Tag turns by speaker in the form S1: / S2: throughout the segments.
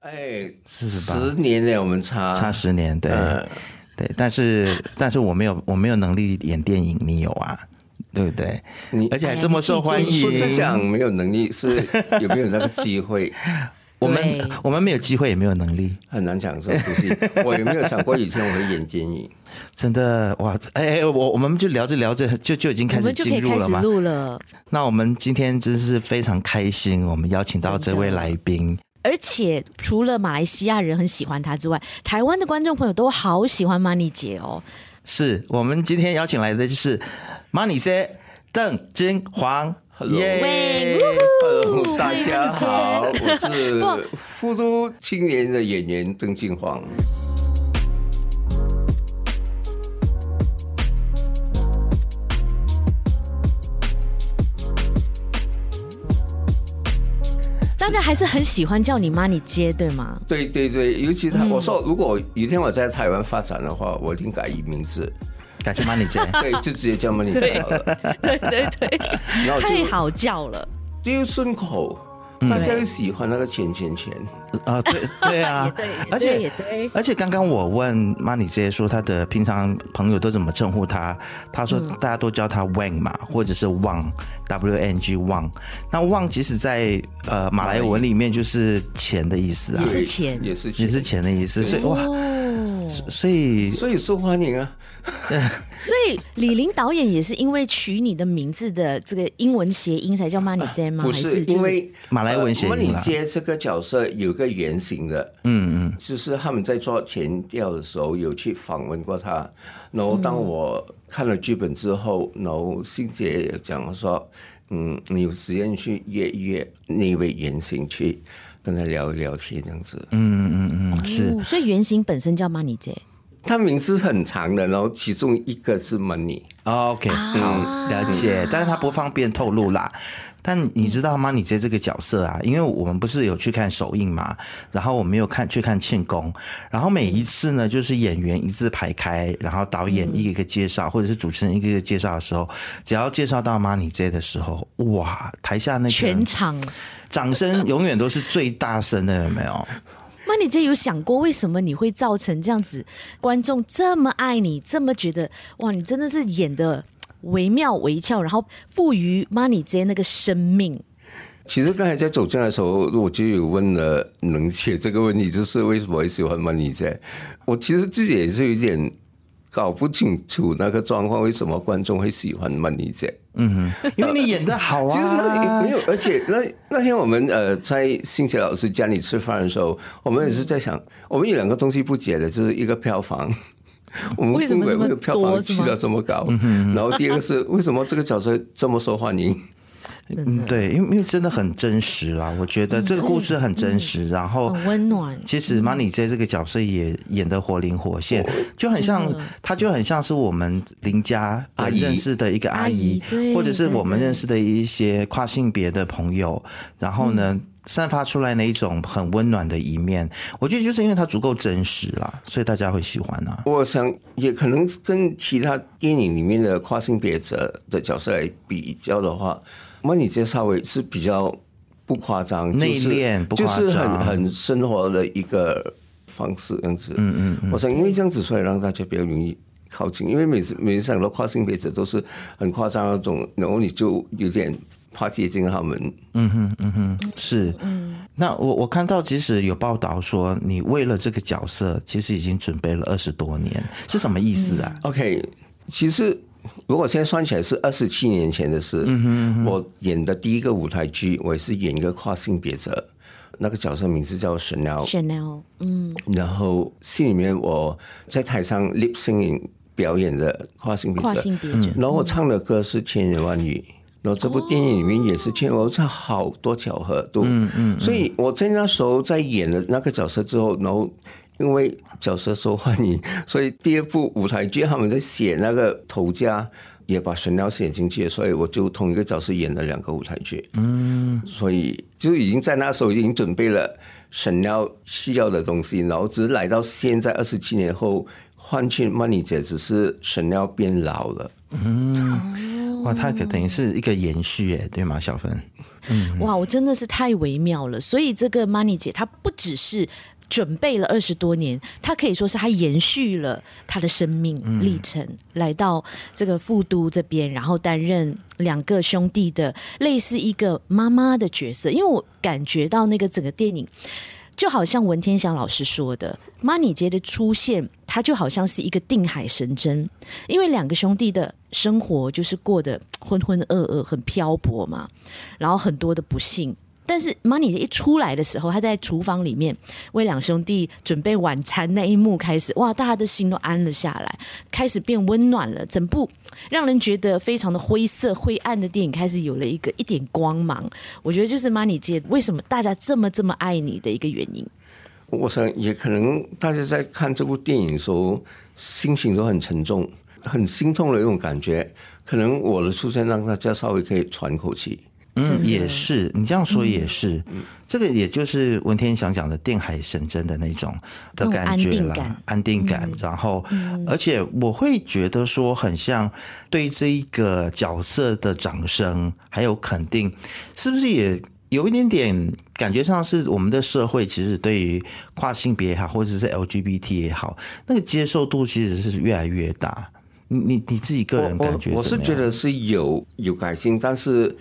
S1: 哎，
S2: 40吧
S1: 十年呢，我们差
S2: 差十年，对、
S1: 嗯
S2: 对，但是但是我没有我没有能力演电影，你有啊，对不对
S1: 你？
S2: 而且
S3: 哎
S2: 还这么受欢
S1: 不是
S2: 迎，
S1: 讲没有能力，是有没有那个机会，
S2: 我们
S3: 对
S2: 我们没有机会也没有能力，
S1: 很难讲说出 去。我也没有想过以前我会演电影，
S2: 真的哇！哎、哎，我我们就聊着聊着就就已经
S3: 我
S2: 开始
S3: 们就可
S2: 进
S3: 以
S2: 入
S3: 开
S2: 了
S3: 始
S2: 嘛。
S3: 录了，
S2: 那我们今天真是非常开心，我们邀请到这位来宾，
S3: 而且除了马来西亚人很喜欢他之外，台湾的观众朋友都好喜欢 Money 姐哦。
S2: 是我们今天邀请来的就是 Money 姐邓金黄，
S1: Hello
S3: 喂
S1: Hello，
S2: 哦
S3: 欢迎
S1: 大家好，
S3: 邓
S1: 我是复都青年的演员郑敬煌。
S3: 大家还是很喜欢叫你 Money 姐，对吗？
S1: 对对对，尤其是
S2: 嗯
S1: 他，我说如果有一天我在台湾发展的话，我一定改名 字，
S2: 感谢 Money 姐。
S1: 对，就直接叫莫妮姐好了，
S3: 对对对，
S1: 然后就
S3: 太好叫了，，
S1: 就顺口，大家会喜欢那个钱钱钱。
S2: 啊，对对啊
S3: 对
S2: 而
S3: 对
S2: 且
S3: 也对
S2: 而且刚刚我问 Money 姐说她的平常朋友都怎么称呼她，她说
S3: 嗯
S2: 大家都叫她 Wang 嘛，或者是 Wang W N G Wang。那 Wang 其实在呃马来文里面就是钱的意思啊
S3: 也，
S1: 对
S3: 是钱
S1: 也是
S2: 也是，钱的意思，所以哇，
S3: 哦。
S2: 所以
S1: 所以受欢迎啊。
S3: 所以李林导演也是因为取你的名字的这个英文谐音才叫 Money 姐吗？
S1: 啊不
S3: 还
S1: 是
S3: 就
S1: 因为
S2: 马来文谐音啦
S1: 呃莫妮接这个角色有个原型的，嗯嗯，就是他们在做前调的时候有去访问过他，然后当我看了剧本之后，然后欣姐也讲说，嗯，你有时间去约一约那位原型去跟他聊一聊天这样子。嗯，
S2: 是
S3: 哦所以原型本身叫 Money 姐
S1: 他名字很长的，然后其中一个是 Money，
S2: 哦 OK
S3: 啊
S2: 好了解，但是她不方便透露啦。但你知道吗？你接这个角色啊，因为我们不是有去看首映嘛，然后我们有看去看庆功，然后每一次呢，就是演员一字排开，然后导演一个一个介绍，或者是主持人一个一个介绍的时候，只要介绍到 Money J 的时候，哇，台下那个
S3: 全场。
S2: 掌声永远都是最大声的，有没有？
S3: Money 姐有想过为什么你会造成这样子，观众这么爱你，这么觉得哇，你真的是演的惟妙惟肖，然后赋予 Money 姐那个生命。
S1: 其实刚才在走进来的时候，我就有问了能姐这个问题，就是为什么会喜欢 Money 姐？我其实自己也是有点搞不清楚那个状况，为什么观众会喜欢 Money 姐？
S2: 因为你演的好
S1: 其实那
S2: 啊
S1: 没，有，而且那那天我们呃在新杰老师家里吃饭的时候，我们也是在想，我们有两个东西不解的，就是一个票 房。我们
S3: 为什么
S1: 为
S3: 那么
S1: 个票
S3: 多
S1: 房
S3: 是
S1: 去
S3: 吗
S1: 到这么高，然后第二个是为什么这个角色这么受欢迎？
S2: 嗯，对，因为因为真的很真实啦，我觉得这个故事很真实，然后
S3: 嗯很哦温暖
S2: 其实 Money J 这个角色也演得活灵活
S3: 哦
S2: 现，就很像她就很像是我们邻家呃
S1: 阿姨
S2: 认识的一个阿姨
S3: 阿姨对，
S2: 或者是我们
S3: 对对
S2: 认识的一些跨性别的朋友，然后
S3: 嗯
S2: 呢。散发出来那一种很温暖的一面，我觉得就是因为它足够真实啦，所以大家会喜欢
S3: 哦
S2: 啊。
S1: 我想也可能跟其他电影里面的跨性别者的角色来比较的话，莫妮姐稍微是比较不夸张，就是
S2: 内敛不夸张
S1: 就是很很生活的一个方式这样子。嗯嗯我想因为这样子，所以让大家比较容易。靠近，因为每次每次想到跨性别者都是很夸张那种，然后你就有点怕接近他们。
S2: 是，
S3: 嗯
S2: 那我我看到即使有报道说你为了这个角色，其实已经准备了二十多年，是什么意思啊？
S1: OK，其实如果现在算起来是二十七年前的事，我演的第一个舞台剧，我也是演一个跨性别者，那个角色名字叫 Chanel，
S3: Chanel，嗯，
S1: 然后戏里面我在台上 lip singing 表演的跨性别者，
S3: 跨性别者，
S1: 然后我唱的歌是《千言万语》，然后这部电影里面也是千言万语，这好多巧合都。嗯嗯。所以我在那时候在演了那个角色之后，然后因为角色受欢迎， 所以第二部舞台剧他们在写那个头家。也把神料写进去，所以我就同一个角色演了两个舞台剧。嗯，所以就已经在那时候已经准备了神料需要的东西，然后只是来到现在二十七年后，换去曼妮姐只是神料变老了。
S3: 嗯
S2: 哇，它可等于是一个延续，哎，对吗，小芬？
S3: 哇，我真的是太微妙了。所以这个 Money 姐她不只是准备了二十多年，她可以说是她延续了她的生命历程，来到这个副都这边，然后担任两个兄弟的类似一个妈妈的角色。因为我感觉到那个整个电影。就好像文天祥老师说的，Money 姐的出现，它就好像是一个定海神针，因为两个兄弟的生活就是过得浑浑噩噩，很漂泊嘛，然后很多的不幸。但是 Money 姐一出来的时候，她在厨房里面为两兄弟准备晚餐那一幕开始，哇，大家的心都安了下来，开始变温暖了。整部让人觉得非常的灰色、灰暗的电影开始有了一个一点光芒。我觉得就是 Money 姐为什么大家这么这么爱你的一个原因。
S1: 我想也可能大家在看这部电影的时候，心情都很沉重、很心痛的一种感觉。可能我的出现让大家稍微可以喘口气。
S2: 嗯，也是，你这样说也是，
S1: 嗯
S2: 这个也就是文天祥讲的定海神针的那种的感觉
S3: 那种安定感
S2: 啦，安定感。
S1: 嗯
S2: 然后，而且我会觉得说，很像对这一个角色的掌声还有肯定，是不是也有一点点感觉上是我们的社会其实对于跨性别也好，或者是 LGBT 也好，那个接受度其实是越来越大。你你你自己个人
S1: 我
S2: 感觉
S1: 我我是
S2: 怎么样
S1: 觉得是有有改进，但是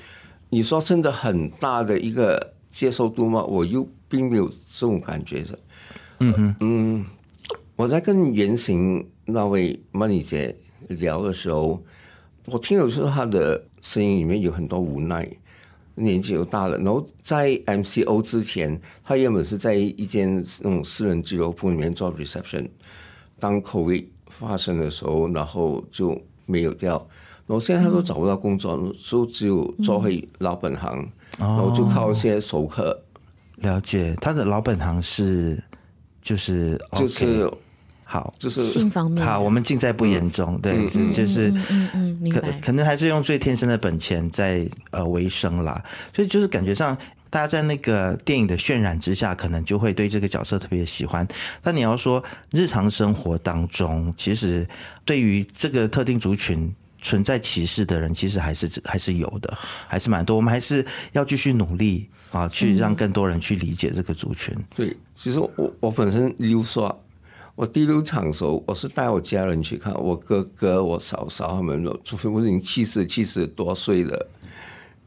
S1: 你说真的很大的一个接受度吗？我又并没有这种感觉的。嗯嗯，我在跟言行那位曼妮姐聊的时候，我听得出她的声音里面有很多无奈，年纪又大了。然后在 MCO 之前，她原本是在一间那种私人俱乐部里面做 reception，当 COVID 发生的时候，然后就没有掉。然后现在他都找不到工作，就只有做回老本行，
S2: 嗯
S1: 然后就靠一些熟客，
S2: 了解，他的老本行是就是
S1: 就
S2: 哦 OK,
S1: 是
S2: 好。
S1: 就是
S3: 性方面的，
S2: 好，我们尽在不言中。对，是就是
S3: 嗯嗯嗯，明
S2: 可
S3: 白。
S2: 可能还是用最天生的本钱在呃为生啦，所以就是感觉上。大家在那个电影的渲染之下，可能就会对这个角色特别喜欢。但你要说日常生活当中，其实对于这个特定族群存在歧视的人，其实还是还是有的，还是蛮多。我们还是要继续努力啊，去
S3: 嗯
S2: 让更多人去理解这个族群。
S1: 对，其实我我本身溜刷，我第六场的时候，我是带我家人去看，我哥哥、我嫂嫂他们，除非我已经七十七十多岁了。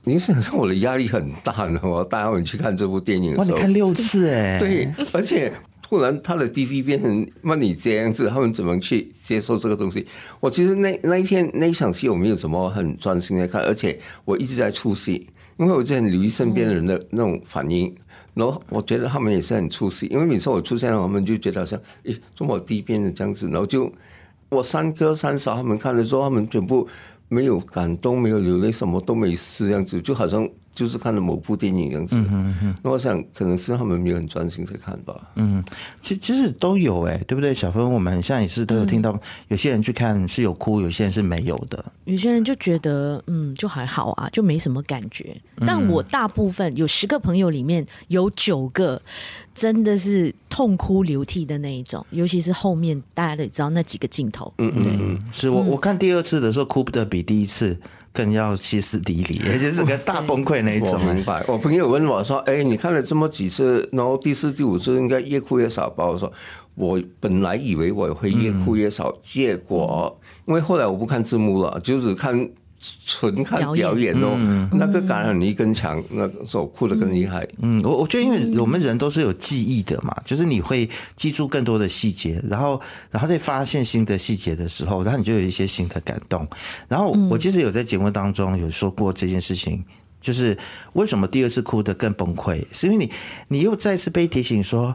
S1: 你想象我的压力很大呢，我带他们去看这部电影
S2: 哇，
S1: 的时
S2: 你
S1: 候，
S2: 看六 次哎、
S1: 对，而且突然他的 DV 变成曼你这样子，他们怎么去接受这个东西？我其实那那一天那一场戏我没有怎么很专心在看，而且我一直在出戏，因为我就很留意身边的人的那种反应。然后我觉得他们也是很出戏，因为每次我出现了，他们就觉得好像，诶，怎么我第一遍的这样子，然后就我三哥三嫂他们看的时候，他们全部没有感动，没有流泪，什么都没事，这样子就好像就是看了某部电影这样子。那我想可能是他们没有很专心在看吧。
S2: 其其实都有哎、对不对？小芬，我们像也是都有
S3: 嗯
S2: 听到，有些人去看是有哭，有些人是没有的。
S3: 有些人就觉得，嗯，就还好啊，就没什么感觉。
S2: 嗯
S3: 但我大部分有十个朋友里面有九个真的是痛哭流涕的那一种，尤其是后面大家也知道那几个镜头，嗯嗯，
S2: 是我我看第二次的时候，哭的比第一次更要歇斯底 里，而且是个大崩溃那一
S1: 我
S2: 种。
S1: 明白。我朋友问我说：“哎，你看了这么几次，然后第四、第五次应该越哭越少吧？”我说：“我本来以为我会越哭越少，结果因为后来我不看字幕了，就只看纯看
S3: 表演
S1: 表演哦，那个感染力更强，那个时候哭的更厉害。
S2: 嗯，我我觉得因为我们人都是有记忆的嘛，就是你会记住更多的细节，然后然后再发现新的细节的时候，然后你就有一些新的感动。然后我其实有在节目当中有说过这件事情。就是为什么第二次哭得更崩溃，是因为你你又再次被提醒说，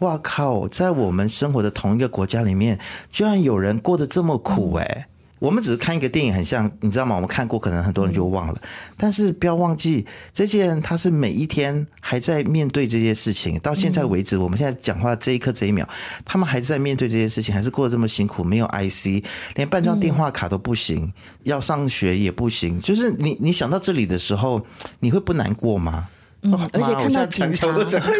S2: 哇靠，在我们生活的同一个国家里面，居然有人过得这么苦
S3: 嗯
S2: 哎、我们只是看一个电影，很像你知道吗？我们看过，可能很多人就忘了。
S3: 嗯
S2: 但是不要忘记，这些人他是每一天还在面对这些事情。到现在
S3: 嗯
S2: 为止，我们现在讲话这一刻这一秒，他们还在面对这些事情，还是过得这么辛苦，没有 IC，连办张电话卡都不行，
S3: 嗯
S2: 要上学也不行。就是你你想到这里的时候，你会不难过吗？嗯
S3: 而且看到警察
S2: 都想哭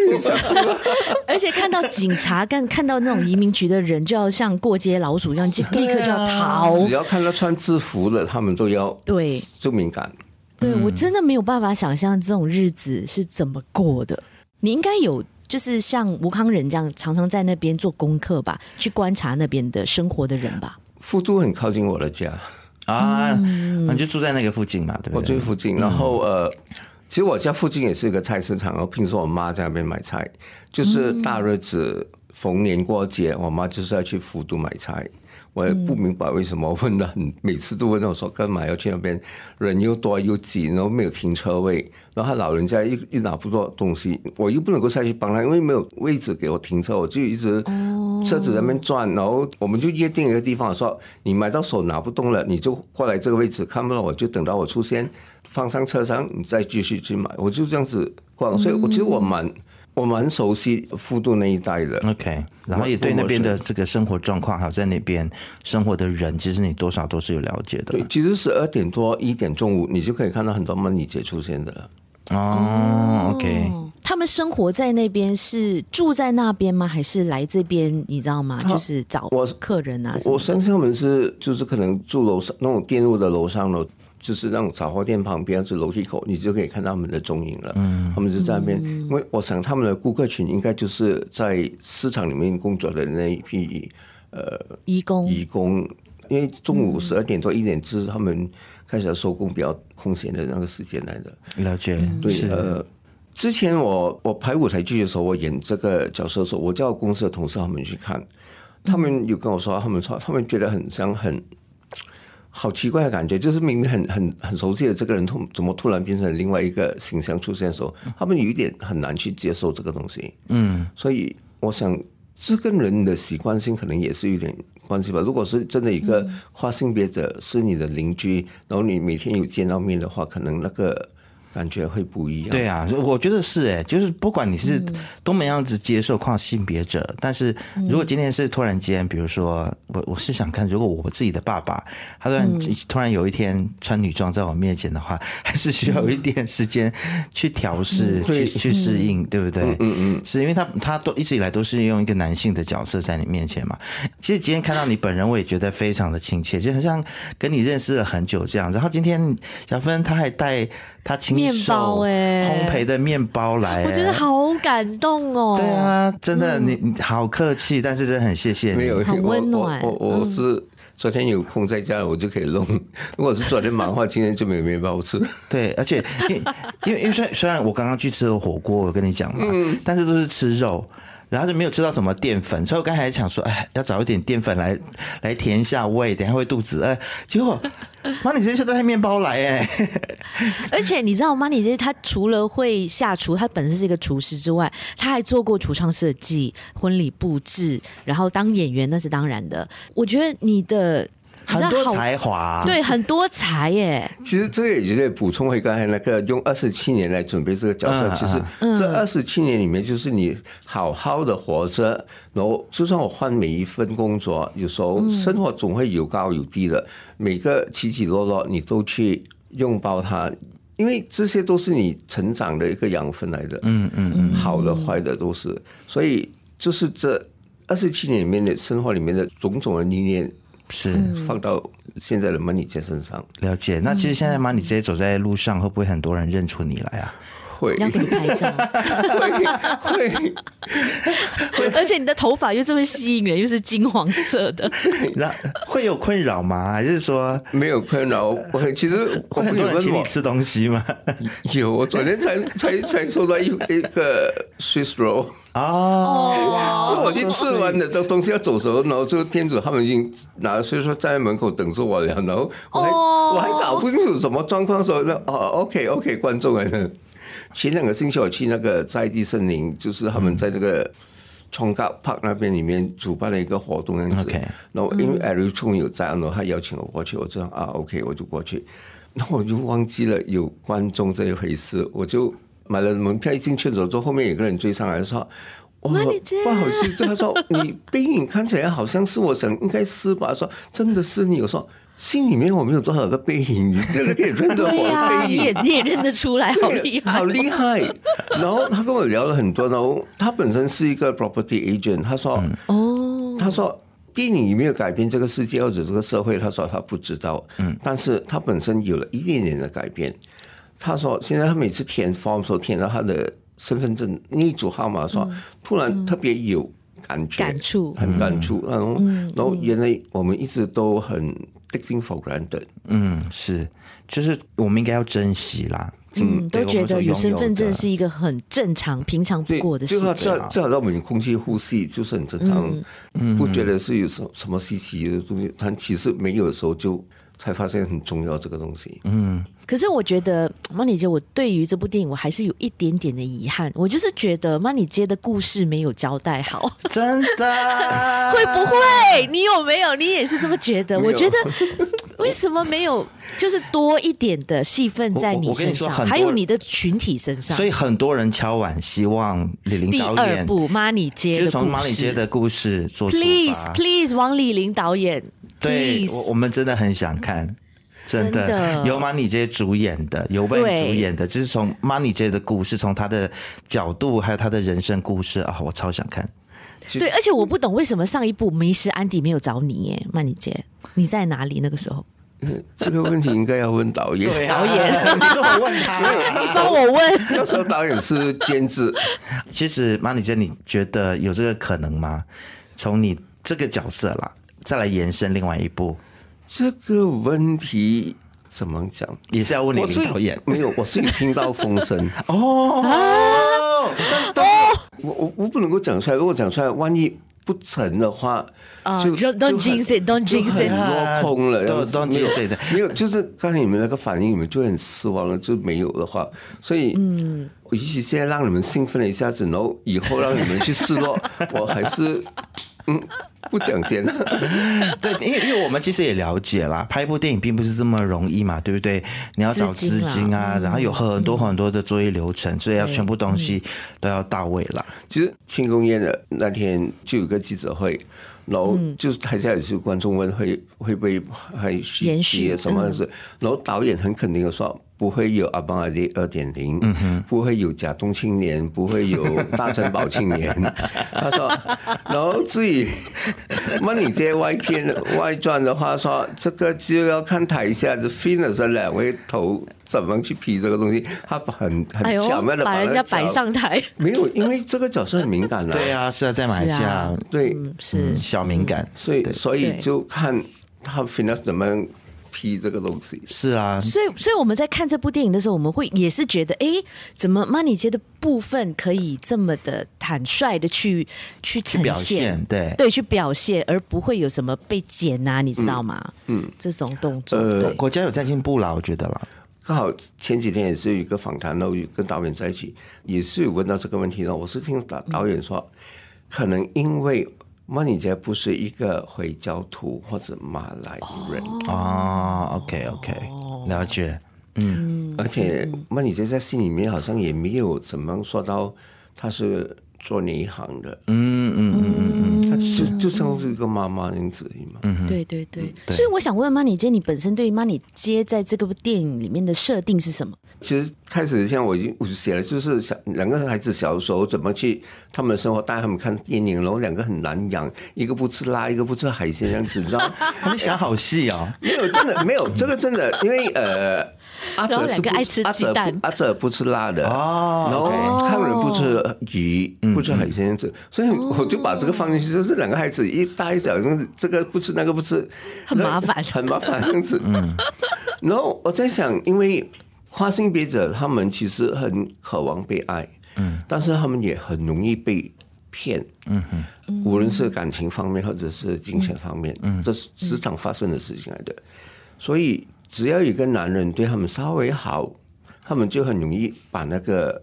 S2: 了
S3: 而且看到警察干看到那种移民局的人，就要像过街老鼠一样，就
S2: 啊
S3: 立刻就要逃。
S1: 只要看到穿制服的，他们都要
S3: 对
S1: 就敏感。
S3: 对，
S2: 嗯
S3: 我真的没有办法想象这种日子是怎么过的。你应该有就是像吴康仁这样，常常在那边做功课吧，去观察那边的生活的人吧。
S1: 富都很靠近我的家，
S2: 啊，你就住在那个附近嘛，对不
S1: 我
S2: 对
S1: 住？附近，然后呃，其实我家附近也是一个菜市场，然后平时我妈在那边买菜，就是大日子逢年过节，我妈就是要去福都买菜。我也不明白为什么问的很，每次都问我说干嘛要去那边，人又多又挤，然后没有停车位，然后他老人家一一拿不到东西，我又不能够下去帮他，因为没有位置给我停车，我就一直车子在那边转，然后我们就约定一个地方，我说你买到手拿不动了，你就过来这个位置，看不到我就等到我出现，放上车上，你再继续去买，我就这样子逛，所以我其实我蛮我蛮熟悉富都那一带的，
S2: OK，然后也对那边的这个生活状况，还有在那边生活的人，其实你多少都是有了解的
S1: 对，其实十二点多一点中午，你就可以看到很多曼妮姐出现的了。
S2: 哦。OK，
S3: 哦，他们生活在那边是住在那边吗？还是来这边？你知道吗？就是找
S1: 我
S3: 客人啊什么
S1: 我相信他们是就是可能住楼上那种店路的楼上楼，就是那种杂货店旁边，是楼梯口，你就可以看到他们的踪影了。嗯，他们就在那边，因为我想他们的顾客群应该就是在市场里面工作的那一批
S3: 义工。
S1: 义工，因为中午十二点多一点就是他们开始要收工比较空闲的那个时间来的。
S2: 了解，
S1: 对，
S2: 是
S1: 呃，之前我我排舞台剧的时候，我演这个角色的时候，我叫公司的同事他们去看，他们有跟我说，他们说他们觉得很像很。好奇怪的感觉，就是明明很很很熟悉的这个人，突怎么突然变成另外一个形象出现的时候，他们有一点很难去接受这个东西。嗯，所以我想，这跟人的习惯性可能也是有点关系吧。如果是真的一个
S2: 嗯
S1: 跨性别者是你的邻居，然后你每天有见到面的话，可能那个感觉会不一样。嗯
S2: 对啊，我觉得是哎、就是不管你是多么样子接受跨性别者，但是如果今天是突然间，比如说我我是想看，如果我自己的爸爸，他突然、
S1: 嗯
S2: 突然有一天穿女装在我面前的话， 还是需要有一点时间去调试、去
S1: 嗯对
S2: 去适应，对不对？嗯嗯是因为他他都一直以来都是用一个男性的角色在你面前嘛。其实今天看到你本人，我也觉得非常的亲切，就很像跟你认识了很久这样。然后今天小芬她还带她亲
S3: 面
S2: 手
S3: 包欸
S2: 烘焙的面包来、欸，
S3: 我觉得。好感动哦。
S2: 对，啊，真的，你你好客气，但是真的很谢谢你。
S1: 没有，
S3: 很
S1: 我
S3: 温暖嗯
S1: 我我我是昨天有空在家，我就可以弄。 如果是昨天忙的话，今天就没有面包吃。
S2: 对，而且因为因为因为虽虽然我刚刚去吃了火锅，我跟你讲嘛，
S1: 嗯
S2: 但是都是吃肉。然后就没有吃到什么淀粉，所以我刚才想说，哎，要找一点淀粉来来填一下胃，等一下会肚子饿。结果，妈，你直接就带面包来哎、
S3: 而且你知道吗？你这他除了会下厨，他本身是一个厨师之外，他还做过橱窗设计、婚礼布置，然后当演员那是当然的。我觉得你的你
S2: 很
S3: 知道
S2: 多
S3: 好
S2: 才啊华。
S3: 对很多才耶，
S1: 其实这个也就是补充回刚才那个用二十七年来准备这个角色。
S2: 嗯
S1: 其实这二十七年里面，就是你好好的活着，然后就算我换每一份工作，有时候生活总会有高有低的，每个起起落落你都去拥抱它。因为这些都是你成长的一个养分来的，嗯嗯嗯，好的坏的都是，所以就是这二十七年里面的生活里面的种种的历练，
S2: 是
S1: 放到现在的 Money 姐身上，
S2: 了解。那其实现在妈，你直接走在路上，会不会很多人认出你来啊？
S1: 会
S3: 要给你拍照，
S1: 会会
S3: 而且你的头发又这么吸引人，又是金黄色的，
S2: 然后会有困扰吗？还是说
S1: 没有困扰。我其实我
S2: 会很
S1: 朋友
S2: 多人
S1: 问
S2: 请你
S1: 我
S2: 吃东西 吗？
S1: 有，我昨天才才才收到一一个 Swiss roll，
S2: 哦，
S1: 所以我去吃完了这东西要走的时候，然后就店主他们已经拿了 Swiss roll 站在门口等着我了，然后我还、
S3: 哦
S1: 我还搞不清楚什么状况的时候，那哦 OK OK 观众来了。前两个星期我去那个在地森林，就是他们在那个。冲咖 park 那边里面主办了一个活动样子
S2: OK
S1: 然后因为 Eric 冲有在，然后他邀请我过去，我就啊 OK 我就过去，然后我就忘记了有观众这一回事，我就买了门票，一进去的时候，后面有个人追上来说。我
S3: 妈你这
S1: 不好意思，他说你背影看起来好像是我想应该是吧？说真的是你，我说心里面我们有多少个背影，你真的可以认得
S3: 对
S1: 我的
S3: 呀、
S1: 背
S3: 你也
S1: 影。
S3: 你也认得出来，好厉害，
S1: 啊好厉害！然后他跟我聊了很多，然后他本身是一个 property agent，他说，
S3: 哦！
S1: 他说电影有没有改变这个世界或者这个社会？他说他不知道，嗯，但是他本身有了一点点的改变。他说现在他每次填 form 的时候填到他的身份证那一组号码的时候，突然特别有感觉，
S3: 感触
S1: 很感触。然后，然后原来我们一直都很 taking for granted，
S2: 嗯，是，就是我们应该要珍惜啦。
S3: 嗯，
S2: 对
S3: 都觉得有身份证。
S2: 我们所拥有的
S3: 是一个很正常、平常不
S1: 对，
S3: 过的事
S1: 就好
S3: 情。
S1: 这这好像我们空气呼吸就是很正常，不觉得是有什么什么稀奇的东西，但其实没有的时候就才发现很重要这个东西。
S3: 可是我觉得曼妮姐，我对于这部电影我还是有一点点的遗憾，我就是觉得曼妮姐的故事没有交代 好。
S2: 真的
S3: 会不？会？你有没有？你也是这么觉得？
S1: 没有
S3: 我觉得为什么没有？就是多一点的戏份在
S2: 我我
S3: 你
S2: 我跟你
S3: 身
S2: 说
S3: 上，
S2: 很多
S3: 还有你的群体身上
S2: 所。以很多人敲碗，希望李玲
S3: 第
S2: 导
S3: 二
S2: 演
S3: 部《马里街》
S2: 就
S3: 的
S2: 是
S3: 故
S2: 从马里街
S3: 事
S2: 的故事做出
S3: Please
S2: 发
S3: Please 王李玲导演
S2: 对我
S3: ，Please
S2: 我们真的很想看。真的
S3: 真的
S2: 由马里杰主演的，由贝
S3: 对
S2: 主演的，就是从马里杰的故事，从他的角度，还有他的人生故事啊，我超想看。
S1: 就
S3: 对，而且我不懂为什么上一部《迷失安迪》没有找你耶，曼妮姐，你在哪里那个时候？
S1: 这个问题应该要问导演。
S3: 啊
S2: 导演，啊 你说我问
S3: 你
S2: 他，
S3: 说我问，
S1: 那时候导演是监 制，
S2: 其实马里杰，你觉得有这个可能吗？从你这个角色啦，再来延伸另外一部，
S1: 这个问题怎么讲？
S2: 也是要问你
S1: 我是
S2: 林导演
S1: 没有，我是有听到风 声，
S2: 哦。
S1: 我我我不能够讲出来。如果讲出来，万一不成的话，
S3: 啊
S1: 就
S3: don't-
S1: 就很
S3: don't jinx it, don't
S1: 就很
S3: jinx it 啊
S1: 落空了，
S2: 对
S1: 然后
S2: don't
S1: 没有
S2: jinx it
S1: 没有，就是刚才你们那个反应，你们就很失望了，就没有的话，所以嗯，我也许现在让你们兴奋了一下子，然后以后让你们去失 落，我还是嗯不讲先。
S2: 对，因为因为我们其实也了解啦，拍一部电影并不是这么容易嘛，对不对？你要找
S3: 资金
S2: 资
S3: 啦嗯
S2: 金啊，然后有很多很多的作业流程，所以要全部东西
S3: 嗯
S2: 都要到位啦。
S1: 其实庆功宴的那天就有个记者会，然后
S3: 嗯
S1: 就是台下有些观众问会会不会还续
S3: 延嗯
S1: 集
S3: 续
S1: 什么事，然后导演很肯定的说。不会有阿邦阿迪二点零，
S3: 嗯
S1: 不会有甲东青年，不会有大城堡青 年。他说，然后至于 money 这些外片外传的话说，这个就要看台下的 finner 这两位头怎么去批这个东西。他很
S3: 哎
S1: 很
S3: 呦
S1: 巧妙，的
S3: 把人家摆
S1: 摆
S3: 上 台，
S1: 没有，因为这个角色很敏感的、
S2: 对啊，是啊，在马来西
S3: 是
S2: 亚
S3: 啊，
S1: 对，
S3: 嗯，是
S2: 嗯小敏感，
S1: 所以所以
S3: 对
S1: 就看他 finance 怎么样批这个东西。
S2: 是啊，
S3: 所以，所以我们在看这部电影的时候，我们会也是觉得，诶，怎么 Money 街的部分可以这么的坦率的去去呈
S2: 表
S3: 现
S2: 现，对
S3: 对，去表现，而不会有什么被剪啊，你知道吗？嗯，这种动作，
S1: 呃
S3: 对，
S2: 国家有在进步啦，我觉得啦。
S1: 刚好前几天也是有一个访谈，然后跟导演在一起，也是有问到这个问题呢。我是听导导演说，可能因为曼尼杰不是一个回教徒或者马来人，
S2: 哦，OK OK，了
S3: 哦
S2: 解。
S1: 而且曼尼杰在戏里面好像也没有怎么说到他是做哪一行的，
S2: 嗯嗯嗯嗯嗯，
S1: 他就就像是一个妈妈那样子而已嘛。
S3: 对对对。所以我想问 Money 街，你本身对于 Money 街在这个部电影里面的设定是什么？
S1: 其实开始像我已经我就写了，就是小两个孩子小时候怎么去他们的生活，带他们看电影，然后两个很难养，一个不吃辣，一个不吃海鲜，这样子，你知道？
S2: 你想好细哦。
S1: 没有，真的没有，这个真的，因为呃，阿
S3: 然后
S1: 哲
S3: 两
S1: 是
S3: 个
S1: 不
S3: 爱吃
S1: 阿哲
S3: 鸡蛋
S1: 不阿哲不吃辣的，
S2: 哦
S1: 然后
S2: OK
S1: 他们不吃鱼，不吃海鲜这样子，所以我就把这个放进去，就是两个孩子一大一小，这个不吃那个不吃，
S3: 很麻烦
S1: 很麻烦嗯这样 子。然后我在想，因为跨性别者他们其实很渴望被爱，嗯，但是他们也很容易被骗，嗯哼，无论是感情方面或者是金钱方面，嗯，这是时常发生的事情来的。所以只要有一个男人对他们稍微好，他们就很容易把那个。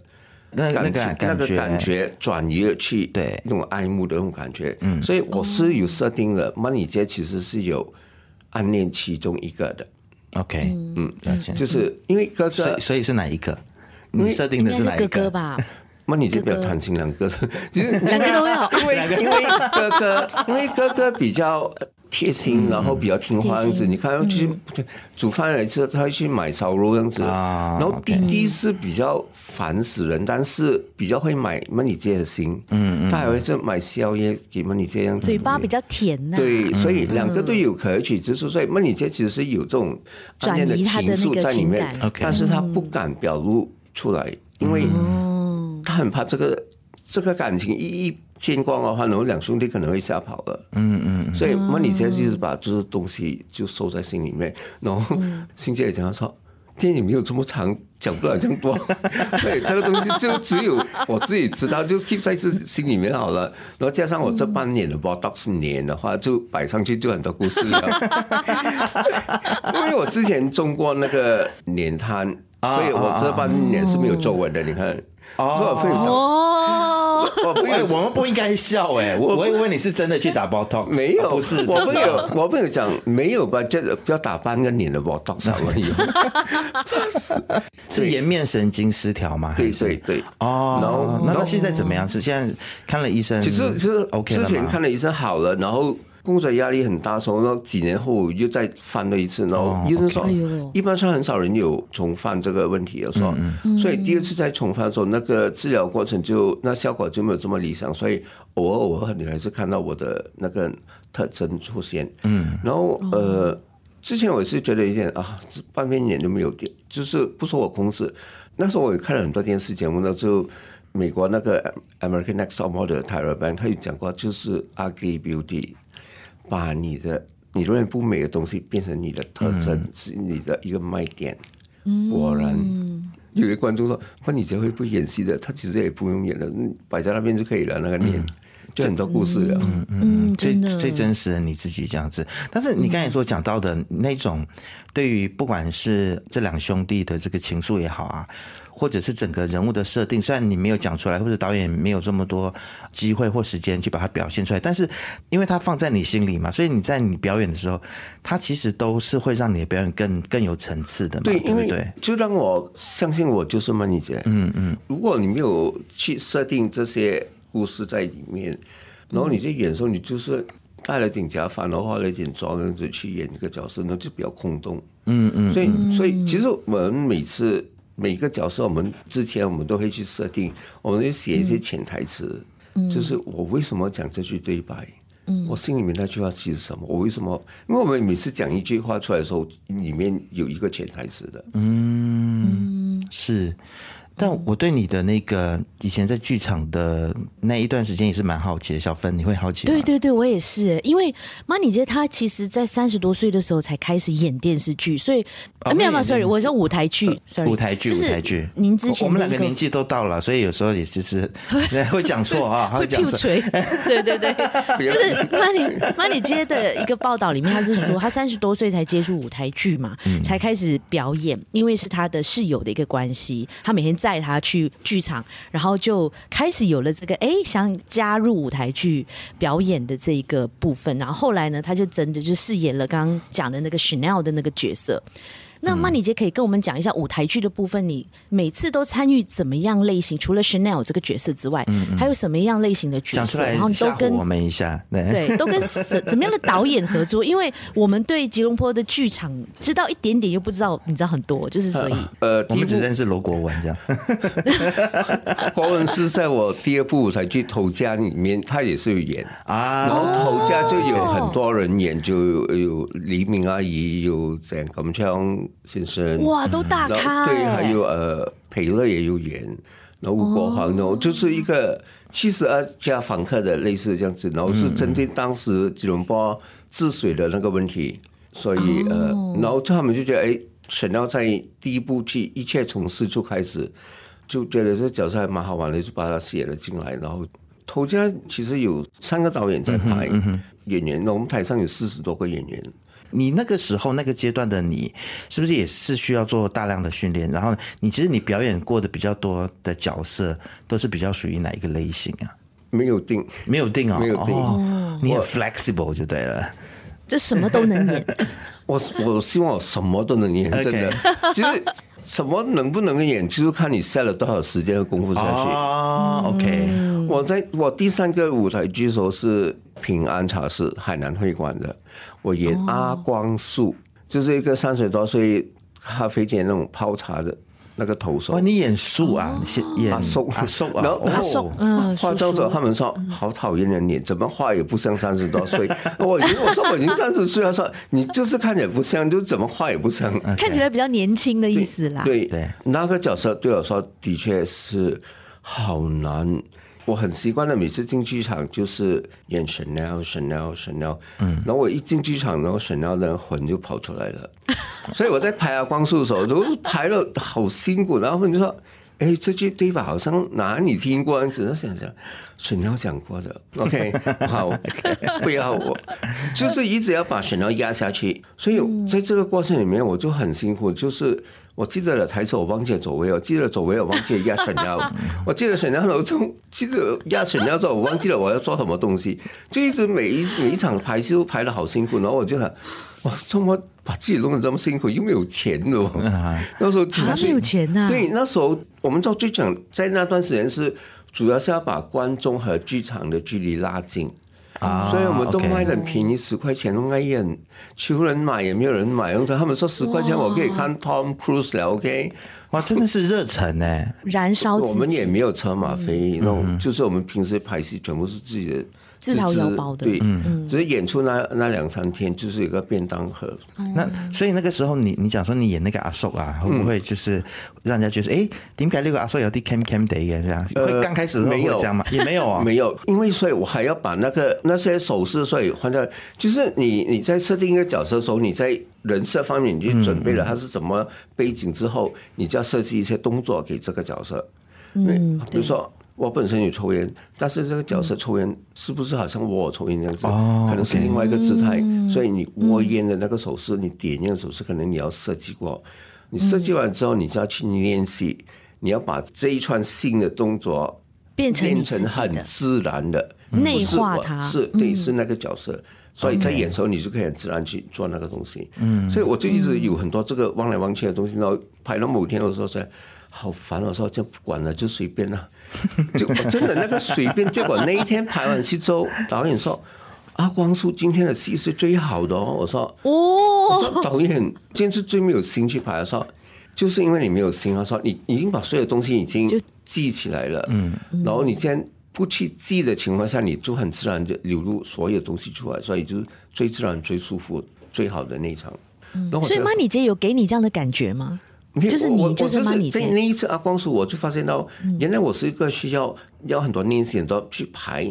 S2: 那那
S1: 感
S2: 个
S1: 情那
S2: 感
S1: 个感觉转移了去，
S2: 对
S1: 那种爱慕的那种感觉。嗯，所以我是有设定的，曼妮姐其实是有暗恋其中一个的，
S2: ，OK，嗯，了解。
S1: 就是因为哥
S2: 所
S1: 哥
S2: 以所以是哪一个？
S1: 为
S2: 你设定
S3: 应
S2: 的
S3: 该是
S2: 哪一
S3: 哥
S2: 个？
S3: 哥吧？
S1: 那你就不要弹琴两个， 其实
S3: 两个都要
S1: 因为因为哥哥，因为哥哥比较贴心，然后比较听话样
S3: 贴
S1: 子。
S3: 心
S1: 你看，他去煮饭来吃，他会去买烧肉样子。
S2: 啊
S1: 然后
S2: OK
S1: 弟弟是比较烦死人，但是比较会买曼你这的心。嗯，他还会是买宵夜给曼你这样子。
S3: 嘴巴比较甜呐、
S1: 对，所
S3: 嗯
S1: 以两个都有可取之处，所以孟女姐其实是有这种暗恋
S3: 转移她的
S1: 情
S3: 那
S1: 愫
S3: 个
S1: 在里
S3: 情
S1: 面
S3: 感，
S2: OK
S1: 但是她不敢表露出来，因为
S3: 嗯
S1: 她很怕这个这个感情一一见光的话，然后两兄弟可能会吓跑了。
S2: 嗯嗯，
S1: 所以孟女姐就是把这东西就收在心里面，然后
S2: 嗯
S1: 欣姐也讲她说。电影没有这么长，讲不了这么 多，对这个东西就只有我自己知道，就 keep 在自己心里面好了。然后加上我这半年的 Botox 年的话，就摆上去就很多故事了。 因为我之前中过那个脸瘫，
S2: 啊
S1: 所以我这半年是没有皱纹的。你看，
S2: 哦
S1: 所以我朋友讲，
S3: 哦，
S1: 我朋
S2: 哎
S1: 友
S2: 我们不应该笑哎、我我以为你是真的去打 Botox，
S1: 没有，
S2: 啊不是，
S1: 我
S2: 不
S1: 朋
S2: 是
S1: 友，我朋友讲没有吧，这不要打半个脸的我多少而 已。
S2: 是颜面神经失调吗？
S1: 对
S2: 还是
S1: 对对，然
S2: 哦
S1: 后，
S2: 那那
S1: 然后
S2: 现在怎么样？是现在看了医生？
S1: 其实其实
S2: 嗯 OK
S1: 之
S2: 了
S1: 前
S2: 吗
S1: 看？了医生好了，然后工作压力很大的时候，然后几年后又再犯了一次，然
S2: 哦
S1: 后医生说
S3: 哎呦，
S1: 一般上很少人有重犯这个问题的时候，所以第二次再重犯的时候，那个治疗过程就那效果就没有这么理想，所以偶尔偶尔你还是看到我的那个特征出现，嗯，然后
S3: 哦
S1: 呃。之前我是觉得有点啊，这半边脸都没有点，就是不说我公司，那时候我也看了很多电视节目呢，就美国那个呃 American Next Top Model 的 Tyra Banks，他有讲过，就是 ugly beauty，把你的你认为不美的东西变成你的特征，是你的一个卖点。果然，有些观众说：“那你这会不会演戏的？”他其实也不用演了，嗯摆在那边就可以了。那个脸、就很多故事了。
S3: 嗯，
S2: 最
S3: 真的
S2: 最真实的你自己这样子。但是你刚才所讲到的那种，对于不管是这两兄弟的这个情愫也好啊，或者是整个人物的设定，虽然你没有讲出来，或者导演没有这么多机会或时间去把它表现出来，但是因为它放在你心里嘛，所以你在你表演的时候，它其实都是会让你的表演更更有层次的嘛，对
S1: 因
S2: 不
S1: 为
S2: 对？
S1: 就让我相信我就是曼妮姐。嗯嗯，如果你没有去设定这些故事在里面，然后你在演的时候，你就是戴了顶假发，然后化了一点妆，这样子去演一个角色，那就比较空洞。嗯嗯，所以所以其实我们每次每个角色，我们之前我们都会去设定，我们就写一些潜台词，就是我为什么讲这句对白。我心里面那句话其实是什么？我为什么？因为我们每次讲一句话出来的时候，里面有一个潜台词的。
S2: 是，但我对你的那个以前在剧场的那一段时间也是蛮好奇的，小芬，你会好奇吗？
S3: 对对对，我也是，欸因为马里杰他其实在三十多岁的时候才开始演电视剧，所以、啊没有
S2: 那
S3: 没有
S2: 也
S3: ，sorry，我说舞台剧，sorry，
S2: 舞台剧，
S3: 就是
S2: 舞台剧。
S3: 您之
S2: 我
S3: 前
S2: 我们
S3: 的
S2: 两个
S3: 一
S2: 年纪都到了，所以有时候也就是 会讲错啊，
S3: 会
S2: 会讲
S3: 屁股
S2: 错。
S3: 锤，对对对，就是曼里曼里街的一个报道里面，他是说他三十多岁才接触舞台剧嘛，才开始表演，因为是他的室友的一个关系，他每天载他去剧场，然后就开始有了这个哎想加入舞台剧表演的这一个部分，然后后来呢，他就真的就饰演了刚刚讲的那个 Chanel 的那个角色。那曼妮姐可以跟我们讲一下舞台剧的部分，你每次都参与怎么样类型？除了 Chanel 这个角色之外，还有什么样类型的角
S2: 讲出
S3: 色？
S2: 来
S3: 然后你都
S2: 吓唬
S3: 跟
S2: 我们一下，对，
S3: 对，都跟什怎么样的导演合作？因为我们对吉隆坡的剧场知道一点点，又不知道你知道很多，就是所以
S1: 呃，
S2: 我
S1: 第一
S2: 们
S1: 部
S2: 只认识罗国文 这样。
S1: 国文是在我第二部舞台剧《头家》里面，他也是有演。然
S3: 哦
S2: 啊，
S1: 后头家就有很多人演，就有有黎明阿姨，有蒋锦昌先生，
S3: 哇，都大
S1: 嗯然
S3: 咖、
S1: 后对，还
S3: 哎哦
S1: 有呃裴乐也有演，然后吴国华，然后就是一个七十二家访客的类似这样子，然后是针
S3: 嗯
S1: 对当时吉隆坡治水的那个问题，所以呃，
S3: 哦
S1: 然后他们就觉得哎，沈耀在第一部剧一切从事就开始，就觉得这角色还蛮好玩的，就把它写了进来，然后。头家其实有三个导演在
S3: 嗯
S1: 拍演员，那我们台上有四十多个演员，
S2: 你那个时候那个阶段的你，是不是也是需要做大量的训练？然后你其实你表演过的比较多的角色，都是比较属于哪一个类型啊？
S1: 没有定，
S2: 没有定哦，
S1: 没有定
S2: 哦，你很 flexible 就对了。
S3: 就什么都能演，
S1: 我我希望我什么都能演，
S2: OK
S1: 真的。其实什么能不能演，就是看你下了多少时间和功夫下
S3: 嗯
S1: 去。
S2: 啊，OK，
S1: 我在我第三个舞台剧的时候是平安茶室海南会馆的，我
S3: 哦
S1: 演阿光素，就是一个三十多岁咖啡店那种泡茶的那个投手
S2: 哇，。哦你演树啊，你演演
S1: 阿叔，
S2: 阿叔 啊，
S1: 然后
S2: 哦
S1: 阿
S3: 叔嗯
S1: 化
S3: 叔嗯
S1: 妆者
S3: 叔
S1: 他们说好讨厌的脸，怎么画也不像三十多岁。 我已经我说我已经三十岁了，他说你就是看起来不像，就怎么画也不像。
S3: 看起来比较年轻的意思啦。
S1: 对
S2: 对
S1: 那个角色对我说的确是好难。我很习惯的，每次进剧场就是演 Chanel Chanel Chanel，嗯，然后我一进剧场，然后 Chanel 的魂就跑出来了，所以我在排啊光速的时候都排了好辛苦，然后他们就说。哎，这句对吧？好像哪里听过？只是想想，沈瑶讲过的。OK，好，不要我，就是一直要把沈瑶压下去。所以在这个过程里面，我就很辛苦。就是我记得了台词，我忘记了走位；我记得了走位，我忘记了压沈瑶；我记得沈瑶楼中，记得压沈瑶之后，我忘记了我要做什么东西。就一直每一每一场排戏都排的好辛苦，然后我就想，哇，这么把自己弄得这么辛苦，又没有钱的哦。 那时候
S3: 啊没有钱呐
S1: 对，那时候我们做剧场，在那段时间是主要是要把观众和剧场的距离拉近，
S2: 啊
S1: 所以我们都
S2: OK
S1: 卖的很便宜，十块钱都爱演，求人买也没有人买。然后他们说十块钱我可以看 Tom Cruise 了，OK？
S2: 哇，真的是热忱哎，
S3: 燃烧
S1: 我
S3: 自
S1: 们也
S3: 己，
S1: 没有车马
S2: 嗯
S1: 费，那种就是我们平时排戏全部是自己的
S3: 自掏腰包的
S1: 对，
S2: 嗯
S1: 只是演出那那两三天就是有个便当盒，
S2: 那所以那个时候你你讲说你演那个阿叔啊，
S1: 嗯
S2: 会不会就是让人家觉得诶，點解呢個阿叔有啲 cam cam 地嘅這樣？會剛開始的時候
S1: 呃没
S2: 會
S1: 有
S2: 這樣嗎？也沒有啊、
S1: 没有，因为所以我还要把那个那些手势，所以换掉。就是你你在设定一个角色的时候，你在人设方面你就准备了
S2: 嗯
S1: 他是什么背景之后，你就要设计一些动作给这个角色。嗯，比如说。我本身有抽烟，但是这个角色抽烟是不是好像我抽烟这样子？
S2: 哦嗯
S1: 可能是另外一个姿态，所以你窝烟的那个手势，你点烟的手势，可能你要设计过。
S2: 嗯
S1: 你设计完之后，你就要去练习，你要把这一串新的动作
S3: 变成你
S1: 变
S3: 自
S1: 成
S3: 己
S1: 很
S3: 的。
S1: 自然的
S3: 嗯内
S1: 不是
S3: 化
S1: 我
S3: 它嗯
S1: 是对，是那个角色。所以在演的时候，你就可以很自然去做那个东西。嗯，所以我就一直有很多这个弯来弯去的东西。然后拍到某天，我说说好烦，我说这不管了，就随便 了。就我真的那个随便。结果那一天排完戏之后，导演说：“阿光叔今天的戏是最好的哦。”我说：“
S3: 哦，
S1: 我说导演今天是最没有心去排的，说就是因为你没有心，他说你已经把所有东西已经
S3: 就
S1: 记起来了，嗯，然后你既然不去记的情况下，你就很自然的流露所有东西出来，所以就是最自然、最舒服、最好的那一场。然后我
S3: 嗯所以
S1: 觉得
S3: Money 姐有给你这样的感觉吗？
S1: 没有
S3: 就是
S1: 我
S3: 你嗯
S1: 我就
S3: 就
S1: 是
S3: Money
S1: 在
S3: 姐
S1: 那一次阿光叔，我就发现到，原来我是一个需要要很多练习，很多去排，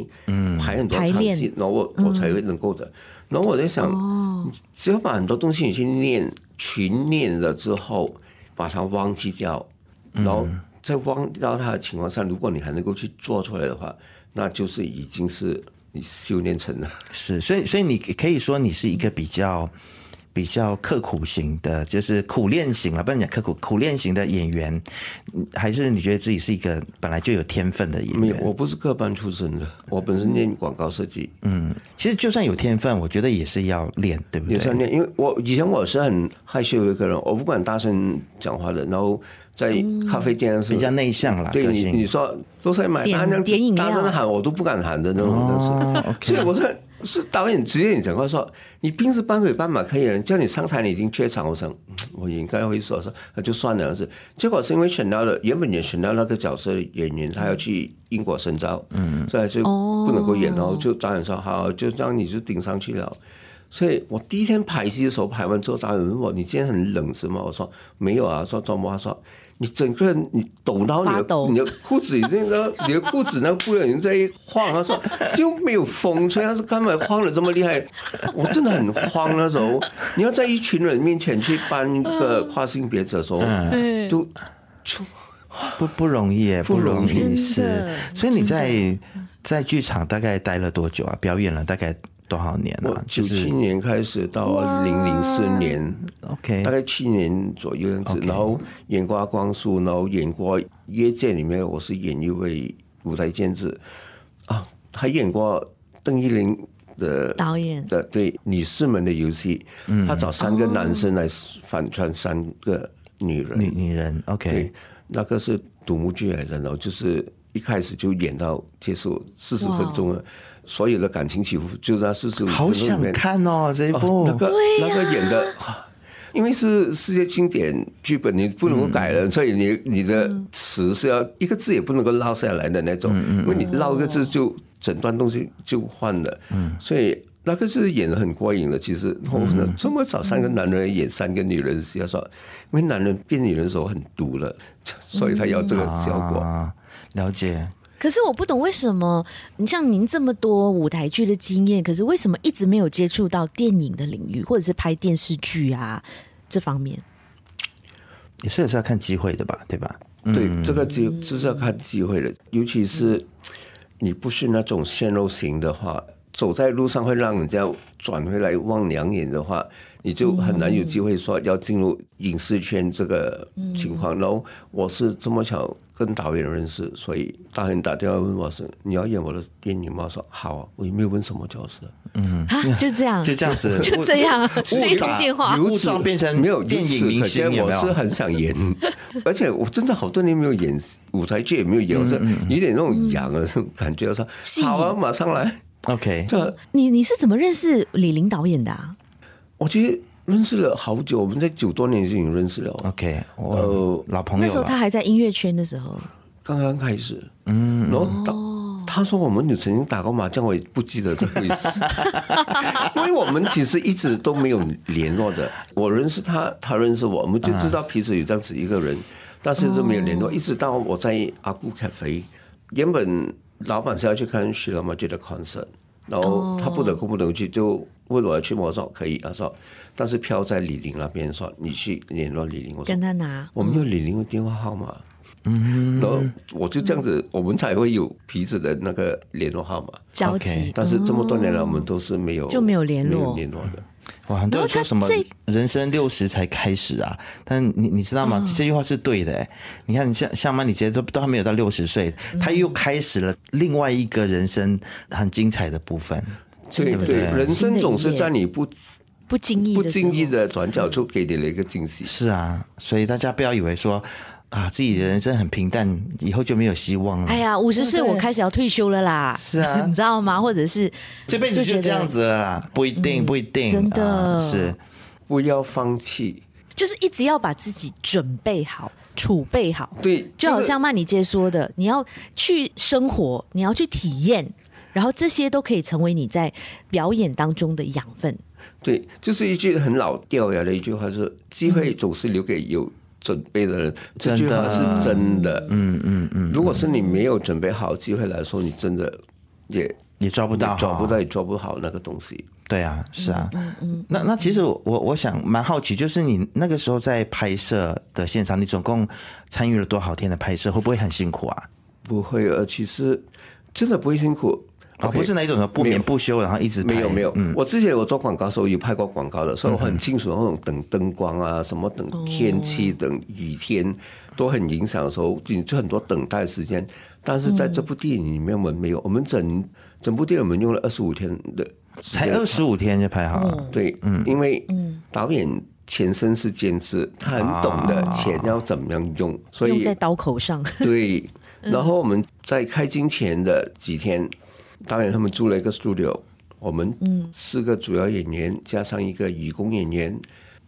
S1: 排很多
S3: 排
S1: 场
S3: 练嗯
S1: 戏，然后我我才会能够的。然后我在想，
S3: 哦
S1: 只要把很多东西你去练群练了之后，把它忘记掉，然后在忘掉它的情况下，如果你还能够去做出来的话，那就是已经是你修炼成了。
S2: 是，所以所以你可以说你是一个比较比较刻苦型的，就是苦练型了，不能讲刻苦，苦练型的演员，嗯还是你觉得自己是一个本来就有天分的演员？
S1: 没有，我不是科班出身的，我本身念广告设计，
S2: 其实就算有天分，我觉得也是要练，对不
S1: 也
S2: 对？
S1: 算练，因为我以前我是很害羞的一个人，我不敢大声讲话的，然后在咖啡店是
S2: 嗯比较内向啦，
S1: 对
S2: 个
S1: 你
S2: 性
S1: 你说都在买
S3: 点
S1: 单，这样子
S3: 点饮料
S1: 大声喊我都不敢喊的那种
S2: 哦
S1: 东西，所以我说是导演直接你讲话说，你平时班委班马可以人叫你上台，你已经怯场，我想嗯我应该会说说那就算了是，结果是因为选到了原本也选到那个角色的演员，他要去英国深造，嗯，所以就不能够演，然后就导演说好，就这样你就顶上去了。所以我第一天排戏的时候，排完之后，导演问我：“你今天很冷是吗？”我说：“没有啊。”说周末，他说：“你整个人你抖到
S3: 发
S1: 哦你的
S3: 抖
S1: 你的裤子已经 那你的裤子那个布料已经在晃。”他说：“就没有风吹，他说干嘛晃的这么厉害？”我真的很慌那时候。你要在一群人面前去搬一个跨性别者的时候，
S3: 对
S1: 就
S2: 不不容易耶，不容
S1: 不
S3: 容
S2: 易
S3: 易
S2: 是
S3: 真的。
S2: 所以你在在剧场大概待了多久啊？表演了大概多少年
S1: 我
S2: 啊？
S1: 九
S2: 就是
S1: 七年开始到二零零四年。
S2: OK，
S1: 大概七年左右样子，然后演过《阿光叔》，然后演过《业界》里面，我是演一位舞台监制啊，还演过邓一玲的
S3: 导演
S1: 的
S2: 嗯
S1: 对《女士们的游戏》，他找三个男生来反串三个女人，
S2: 女哎女人，OK，
S1: 对，那个是独幕剧来的，然后就是一开始就演到结束四十
S3: 哇
S1: 分钟了，所有的感情起伏就在四十五分
S2: 好
S1: 钟里
S2: 想
S1: 面。
S2: 看哦这一
S1: 哦
S2: 部，
S1: 那个、那个演的， 哇因为是世界经典剧本，你不能够改了，所以你你的词是要一个字也不能够落下来的那种，因为你落一个字就整段东西就换了，所以。那个是演的很过瘾的，其实我们这么早三个男人演三个女人，是要说，因为男人变女人的时候很毒了，所以他要这个效果。
S2: 啊，了解。
S3: 可是我不懂为什么，你像您这么多舞台剧的经验，可是为什么一直没有接触到电影的领域，或者是拍电视剧啊这方面？
S2: 也是也是要看机会的吧，对吧？
S1: 对，这个就就是要看机会的，尤其是你不是那种鲜肉型的话，走在路上会让人家转回来望两眼的话，你就很难有机会说要进入影视圈这个情况。然后我是这么巧跟导演认识，所以导演打电话问我是你要演我的电影吗？我说好、啊，我也没有问什么角色。
S3: 啊，就这样，
S2: 就这样子，
S3: 就这样啊，就一通电话
S2: 打。
S1: 由
S2: 误
S1: 此
S2: 撞变成
S1: 没有
S2: 电
S1: 由
S2: 影
S1: 此
S2: 明
S1: 可
S2: 星
S1: 见
S2: 有
S1: 我
S2: 没有
S1: 是很想 演，而且我真的好多年没有演舞台剧，也没有
S2: 嗯
S1: 演，我是有点那种痒的那种感觉。我说
S3: 戏
S1: 好啊，马上来。
S2: OK，
S1: 这
S3: 你你是怎么认识李林导演的啊？
S1: 我其实认识了好久，我们在九多年就已经认识了哦，
S2: OK，我、
S1: 呃
S2: 老朋
S3: 那
S2: 友
S3: 时候他
S2: 了，
S3: 还在音乐圈的时候，
S1: 刚刚开始。嗯，然后他他说我们有曾经打过麻将，我也不记得这回 事，因为我们其实一直都没有联络的。我认识他，他认识我，我们就知道彼此有这样子一个人，但是都没有联络。一直到我在阿姑咖啡，原本老板是要去看徐老马剧的 concert，然后他不得空不能去，就问我要去吗，我说可以，他说，但是票在李玲那边，说你去联络李玲，我说
S3: 跟他拿。
S1: 我没有李玲的电话号码，嗯，然后我就这样子，我们才会有彼此的那个联络号码。
S3: 交
S2: OK，
S3: 集，
S1: 但是这么多年来，我们都是没有
S3: 就没有联络
S1: 没有联络的。
S2: 哇，很多人说什么
S3: 然后他
S2: 人生六十才开始啊，但你你知道
S3: 嗯
S2: 吗？这句话是对的、欸。你看，你像像曼，你姐都都还没有到六十岁，
S3: 嗯
S2: 他又开始了另外一个人生很精彩的部分。
S1: 对
S3: 真的
S1: 对，
S2: 对
S1: 人生总是
S3: 新的一页
S1: 在你不
S3: 不经意
S1: 不
S3: 的时候
S1: 经意的转角处给你了一个惊喜。
S2: 是啊，所以大家不要以为说啊自己的人生很平淡，以后就没有希望了。
S3: 哎呀，五十岁我开始要退休了啦，
S2: 是啊
S3: 你知道吗？或者是
S2: 这辈子
S3: 就
S2: 就
S3: 觉得嗯
S2: 这样子了啦，不一定，不一定，
S3: 真的
S2: 啊是。
S1: 不要放弃，
S3: 就是一直要把自己准备好、储备好，
S1: 对，
S3: 就好
S1: 是
S3: 像曼妮姐说的，你要去生活，你要去体验，然后这些都可以成为你在表演当中的养分。
S1: 对，就是一句很老掉牙的一句话是：机会总是留给有准备的人。这句话是真的。嗯嗯嗯。如果是你没有准备好机会来说，你真的也
S2: 也抓不
S1: 你
S2: 到，
S1: 找不到，也抓不好那个东西。
S2: 对啊，
S3: 嗯
S2: 是啊，那那其实我我我想蛮好奇，就是你那个时候在拍摄的现场，你总共参与了多少天的拍摄，会不会很辛苦啊？
S1: 不会，呃，其实真的不会辛苦。
S2: 啊，不是哎嗯那一种的不眠不休，然后一直拍
S1: 没有没有，我之前有做广告的时候有拍过广告的，
S2: 嗯
S1: 所以我很清楚那种等灯光啊，什么
S3: 哦
S1: 等天气、等雨天都很影响的时候，你就很多等待时间。但是
S3: 嗯
S1: 在这部电影里面，我们没有，我们整整部电影我们用了二十五天的时
S2: 才
S1: 间，
S2: 二十嗯五天就拍好
S3: 嗯
S2: 了，
S1: 对，因为导演前身是监制，他很懂
S2: 啊
S1: 得钱要怎么样用，所
S3: 用
S1: 以
S3: 在刀口上，
S1: 对，然后我们在开金前的几天，导演他们租了一个 studio，我们四个主要演员加上一个义工演员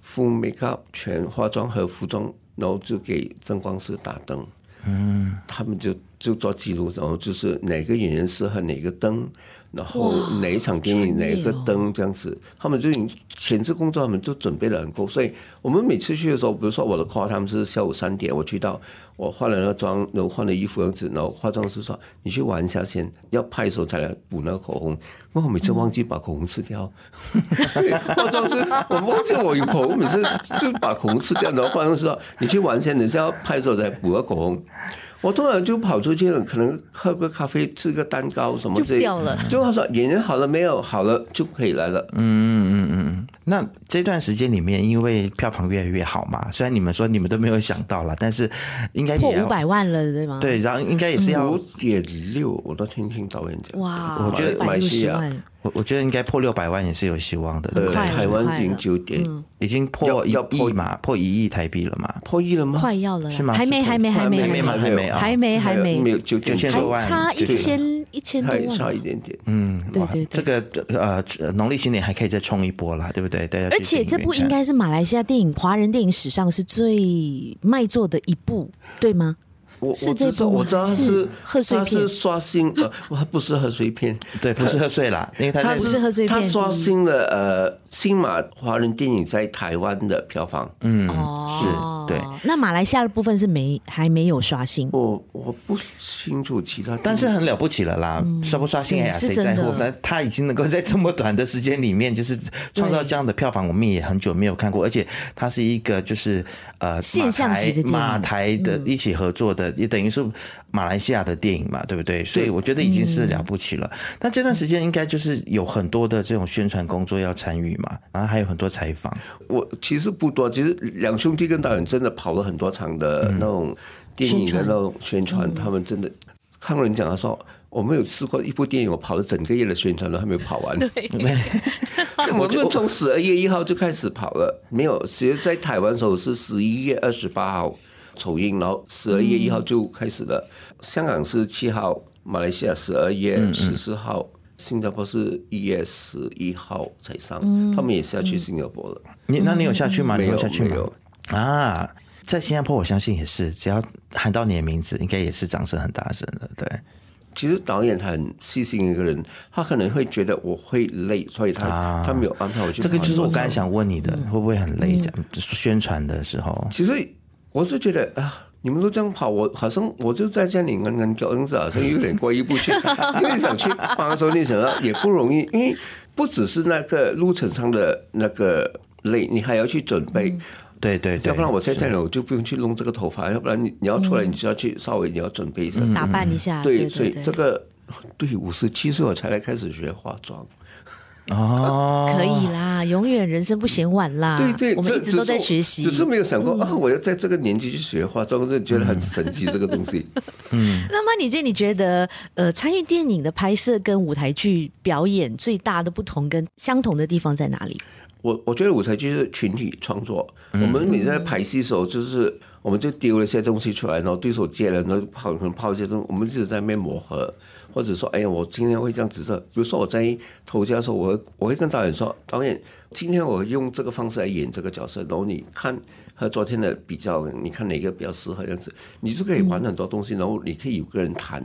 S1: ，full makeup 全化妆和服装，然后就给灯光师打灯。嗯，他们就就做记录，然后就是哪个演员适合哪个灯，然后哪一场电影
S3: 专业
S1: 哪个
S3: 哦
S1: 灯这样子，他们就已经前置工作，他们就准备的很够。所以我们每次去的时候，比如说我的 call 他们是下午三点，我去到我化了那个妆，然后换了衣服样子，然后化妆师说你去玩一下先，要拍的时候才来补那个口红，因为我每次忘记把口红吃掉。对化妆师，我忘记我有口红，每次就把口红吃掉，然后化妆师说你去玩先，等一下要拍的时候再补个口红。我突然就跑出去了，可能喝个咖啡、吃个蛋糕什么
S3: 就
S1: 之类的
S3: 掉了
S1: 就他说演员好了没有？好了就可以来了。嗯，
S2: 那这段时间里面，因为票房越来越好嘛，虽然你们说你们都没有想到啦，但是应该
S3: 破
S2: 也
S3: 五
S2: 要
S3: 百万了，对吗？，
S2: 对，然后应该也是要
S1: 五点六，我都听听导演讲。
S3: 哇，
S2: 我觉得
S3: 五百
S1: 马来
S3: 六
S1: 西
S3: 十
S1: 亚
S3: 万，
S2: 我我觉得应该破六百万也是有希望的，对不
S1: 呃，
S2: 对？
S3: 快了
S1: 台湾
S3: 快
S1: 已经
S3: 了
S1: 九点
S2: 已经破一
S1: 要要破
S2: 亿嘛，破一亿台币了嘛，
S1: 破亿了嗯吗？
S3: 快要了啦，
S2: 是吗
S3: 还没，
S2: 是
S3: 还没，还没，
S2: 还没吗还没啊
S3: 还没，还没，
S1: 有九点
S2: 9,000多
S3: 还
S2: 万
S3: 差一
S2: 对
S3: 千一千多
S1: 还差一
S3: 万。
S1: 点点。
S2: 嗯，
S3: 对
S2: 哇
S3: 对
S2: 这
S3: 对
S2: 个呃农历新年还可以再冲一波啦，对不对？大家
S3: 而
S2: 去电
S3: 且
S2: 影
S3: 这
S2: 院
S3: 部应
S2: 看
S3: 该是马来西亚电影华人电影史上是最卖座的一部，对吗？
S1: 我我
S3: 是这
S1: 知道，
S3: 部吗
S1: 我知道它
S3: 是
S1: 是
S3: 贺岁
S1: 它
S3: 片
S1: 是刷新呃，它不是贺岁 片，
S2: 对，不是贺岁啦，因为他
S1: 它
S2: 在
S3: 不是贺岁片
S1: 它刷新了呃新马华人电影在台湾的票房。
S3: 嗯，哦，
S2: 是对。
S3: 那马来西亚的部分是没还没有刷新，
S1: 我我不清楚其他地方，
S2: 但是很了不起了啦，刷不刷新哎呀，
S3: 嗯是
S2: 谁
S3: 真的
S2: 在乎？但他已经能够在这么短的时间里面，就是创造这样的票房，我们也很久没有看过。而且它是一个就是呃
S3: 现象级的电影嗯
S2: 马台马台的一起合作的，也等于是马来西亚的电影嘛，对不对？所以我觉得已经是
S3: 嗯
S2: 了不起了。但这段时间应该就是有很多的这种宣传工作要参与嘛，然后还有很多采访。
S1: 我其实不多，其实两兄弟跟导演真的跑了很多场的
S3: 嗯
S1: 那种电影的那种宣传，他们真的看人讲他说。我没有试过一部电影，我跑了整个月的宣传都还没有跑 完。 我们从十二月一号就开始跑了，没有，其实在台湾的时候是十一月二十八号首映，然后十二月一
S2: 嗯
S1: 号就开始了。香港是七号，马来西亚十二月
S2: 嗯
S1: 十四号，新加坡是一月十一号才上，他们也是要去新加坡了。
S2: 你那你有下去吗？嗯你
S1: 没有
S2: 下
S1: 嗯
S2: 去
S1: 没
S2: 吗
S1: 有？
S2: 啊，在新加坡，我相信也是，只要喊到你的名字，应该也是掌声很大声的，对。
S1: 其实导演很细心一个人，他可能会觉得我会累，所以他、
S2: 啊
S1: 他没有安排我去。
S2: 这个就是我刚才。想问你的，会不会很
S3: 嗯
S2: 累？讲宣传的时候，
S1: 其实我是觉得啊，你们都这样跑，我好像我就在家里嗯嗯叫，嗯子，好像有点过意不去。 因为想去帮手，你想要也不容易，因为不只是那个路程上的那个累，你还要去准备。
S2: 对对对，
S1: 要不然我在家里我就不用去弄这个头发，要不然你你要出来你就要去稍微你要准备一下。
S3: 打扮一下，
S1: 嗯对，
S3: 对
S1: 所
S3: 对
S1: 以这
S3: 对，
S1: 个对五十七岁我才来开始学化妆。
S2: 哦，
S3: 可以啦，永远人生不嫌晚啦，
S1: 对对，
S3: 啊我们
S1: 这
S3: 一直都在学习，嗯
S1: 只是没有想过啊，我要在这个年纪去学化妆，真的觉得很神 奇这个东西。
S3: 那么你这你觉得，呃，参与电影的拍摄跟舞台剧表演最大的不同跟相同的地方在哪里？
S1: 我我觉得舞台剧是群体创作，我们每次在排戏的时候，就是我们就丢了一些东西出来，然后对手接了，然后跑可能抛一些东西，我们一直在那边磨合，或者说，哎呀，我今天会这样子的。比如说我在投家的时候，我会我会跟导演说，导演，今天我用这个方式来演这个角色，然后你看和昨天的比较，你看哪个比较适合这样子，你就可以玩很多东西，然后你可以有个人谈。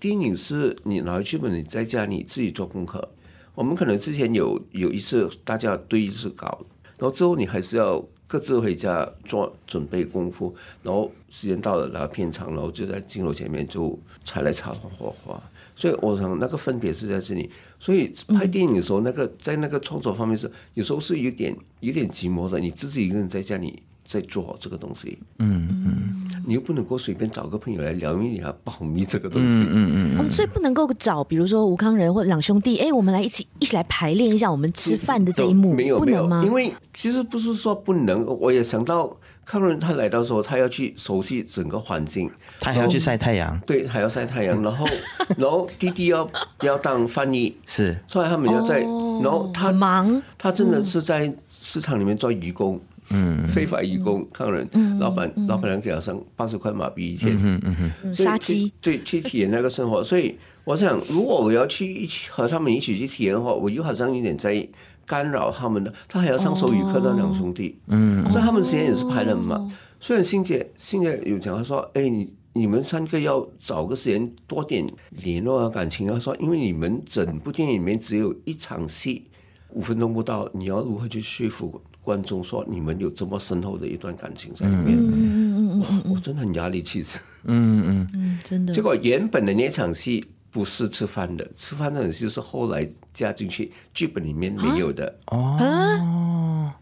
S1: 电影是你拿剧本，你在家里自己做功课。我们可能之前有有一次大家对一次稿，然后之后你还是要各自回家做准备功夫，然后时间到了，然后片场，然后就在镜头前面就才来插火花。所以我想那个分别是在这里。所以拍电影的时候，那个在那个创作方面是有时候是有点有点寂寞的，你自己一个人在家里。在做这个东西，嗯嗯，你又不能够随便找个朋友来聊，因为你要保密这个东西，
S3: 我们所以不能够找，比如说吴康仁或两兄弟，哎，我们来一起一起来排练一下我们吃饭的这一幕，
S1: 没有
S3: 不
S1: 没
S3: 能
S1: 有，
S3: 吗？
S1: 因为其实不是说不能，我也想到康伦他来到的时候，他要去熟悉整个环境，
S3: 哦
S2: 他还要去晒太阳，
S1: 对，还要晒太阳， 然后然后弟弟要要当翻译，
S2: 是
S1: 所以他们要在，
S3: 哦
S1: 然后他
S3: 很忙，
S1: 他真的是在市场里面做义工。嗯，非法义工，康人，老板老板娘给他上八十块马币一天，
S3: 嗯
S1: 所以
S3: 杀
S1: 去
S3: 鸡，
S1: 对，去体验那个生活。所以我想，如果我要去一起和他们一起去体验的话，我又好像有点在干扰他们的。他还要上手语课的两兄弟，嗯，所以他们时间也是排的很
S3: 哦
S1: 满。虽然欣姐欣姐有讲，她说：“哎、你你们三个要找个时间多点联络啊感情。”她说：“因为你们整部电影里面只有一场戏，五分钟不到，你要如何去说服观众说你们有这么深厚的一段感情在里面？”嗯嗯嗯我真的很压力其实。
S3: 嗯，真的
S1: 结。果原本的那场戏不是吃饭的，吃饭那场戏是后来加进去剧本里面没有的。
S3: 啊，
S2: 哦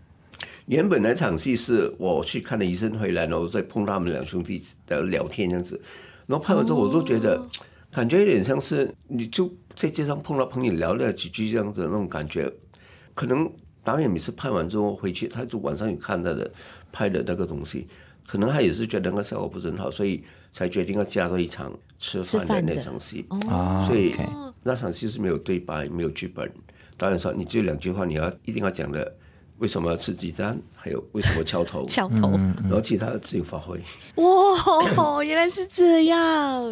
S1: 原本那场戏是我去看了医生回来，然后再碰到他们两兄弟的聊天这样子，然后拍完之后我都觉得，感觉有点像是你就在街上碰到朋友聊了几句这样子的那种感觉，可能导演每次拍完之后回去，他就晚上也看他的拍的那个东西，可能他也是觉得那个效果不是很好，所以才决定要加入一场吃
S3: 吃
S1: 饭的
S3: 饭
S1: 那
S3: 的，
S1: 场戏。
S2: 啊
S1: 所以
S2: OK
S1: 那场戏是没有对白，没有剧本。导演说：“你只有两句话，你要一定要讲的，为什么要吃鸡蛋，还有为什么敲头
S3: 敲头，
S2: 嗯
S1: 然后其他的自由发挥。
S3: 哇，原来是这样，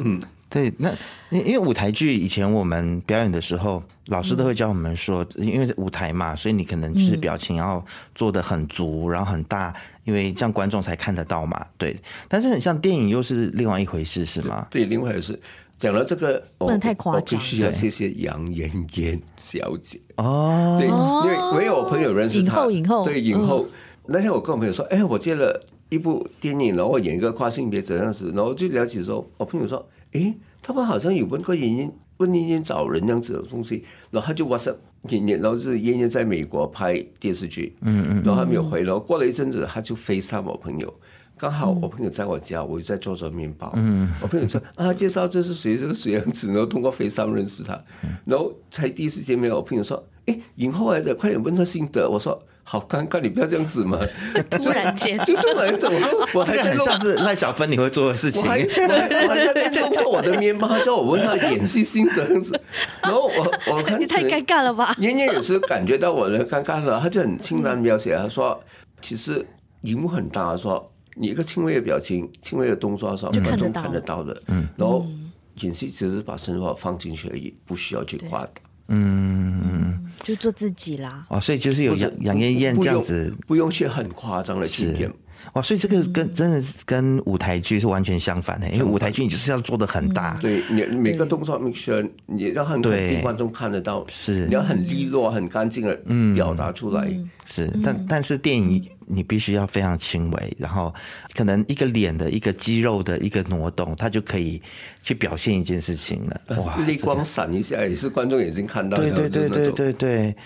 S1: 嗯
S2: 对，那因因为舞台剧以前我们表演的时候，老师都会教我们说，因为舞台嘛，所以你可能就是表情要做的很足，然后很大，因为这样观众才看得到嘛。对，但是很像电影又是另外一回事，是吗？
S1: 对，另外也是讲到这个，我
S3: 不能太夸张
S1: 我必须要谢谢杨妍妍小姐。
S2: 哦，
S1: 对，因为我有朋友认识
S3: 影
S1: 她，
S3: 后影后
S1: 对影后。那天我跟我朋友说，哎，我接了一部电影，然后我演一个跨性别怎样子，然后就了解说，我朋友说，哎，他们好像有问过妍妍，问妍妍找人那样子的东西，然后他就 WhatsApp 妍妍，然后是妍妍在美国拍电视剧，嗯嗯，然后他没有回，然后过了一阵子，他就 FaceTime 我朋友。刚好我朋友在我家，我就在做着面包。嗯，我朋友说啊，介绍这是谁，这个谁样子，然后通过肥三认识他，然后才第一次见面。我朋友说，哎，影后来的，快点问他心得。我说好尴尬，你不要这样子嘛。
S3: 突然间
S1: 就突然怎么，我
S2: 这
S1: 还
S2: 个
S1: 在
S2: 很
S1: 弄
S2: 像是赖小芬你会做的事
S1: 我
S2: 情。
S1: 还我还我还在那边弄做我的面包，他叫我问他演戏心得样子，然后我我看
S3: 你太尴尬 了吧？
S1: 妍妍也是感觉到我的尴尬了，她就很轻然描写，她说其实荧幕很大，她说你一个轻微的表情、轻微的动作，她说
S3: 就看
S1: 观
S3: 得
S1: 众
S3: 到
S1: 看得到的。嗯，然后演戏只是把生活放进去而已，不需要去夸大。
S2: 嗯
S3: 就做自己啦。
S2: 哦，所以就是有
S1: 不是
S2: 杨杨艳艳
S1: 不
S2: 这样
S1: 用
S2: 子，
S1: 不用去很夸张的去演。
S2: 哇，所以这个跟真的是跟舞台剧是完全相反的，因为舞台剧你就是要做的很大，
S1: 对你每个动作 make sure 你让很肯
S2: 对
S1: 定观众看得到，
S2: 是嗯
S1: 你要很利落、很干净的表达出来。
S2: 是，
S3: 嗯
S2: 但但是电影你必须要非常轻微，然后可能一个脸的一个肌肉的一个挪动，它就可以去表现一件事情了。嗯哇，
S1: 泪光闪一下也是观众眼睛看到的
S2: 对
S1: 那种，
S2: 对对对对对，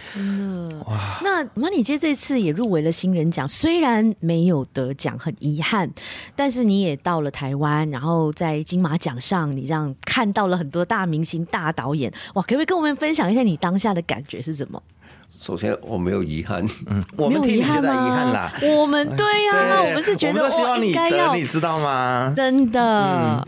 S3: 那马里街这次也入围了新人奖，虽然没有得奖，很遗憾，但是你也到了台湾，然后在金马奖上，你这样看到了很多大明星、大导演，哇，可不可以跟我们分享一下你当下的感觉是什么？
S1: 首先我没有遗憾，
S2: 我们替
S3: 没有
S2: 你
S3: 遗
S2: 觉
S3: 憾
S2: 得
S3: 吗？
S2: 遗憾啦。哎
S3: 我们啊对呀、
S2: 对
S3: 我们是觉
S2: 我
S3: 得
S2: 们都希
S3: 哇
S2: 望你
S3: 应该
S2: 得，
S3: 要
S2: 你嗯知道吗？
S3: 真的，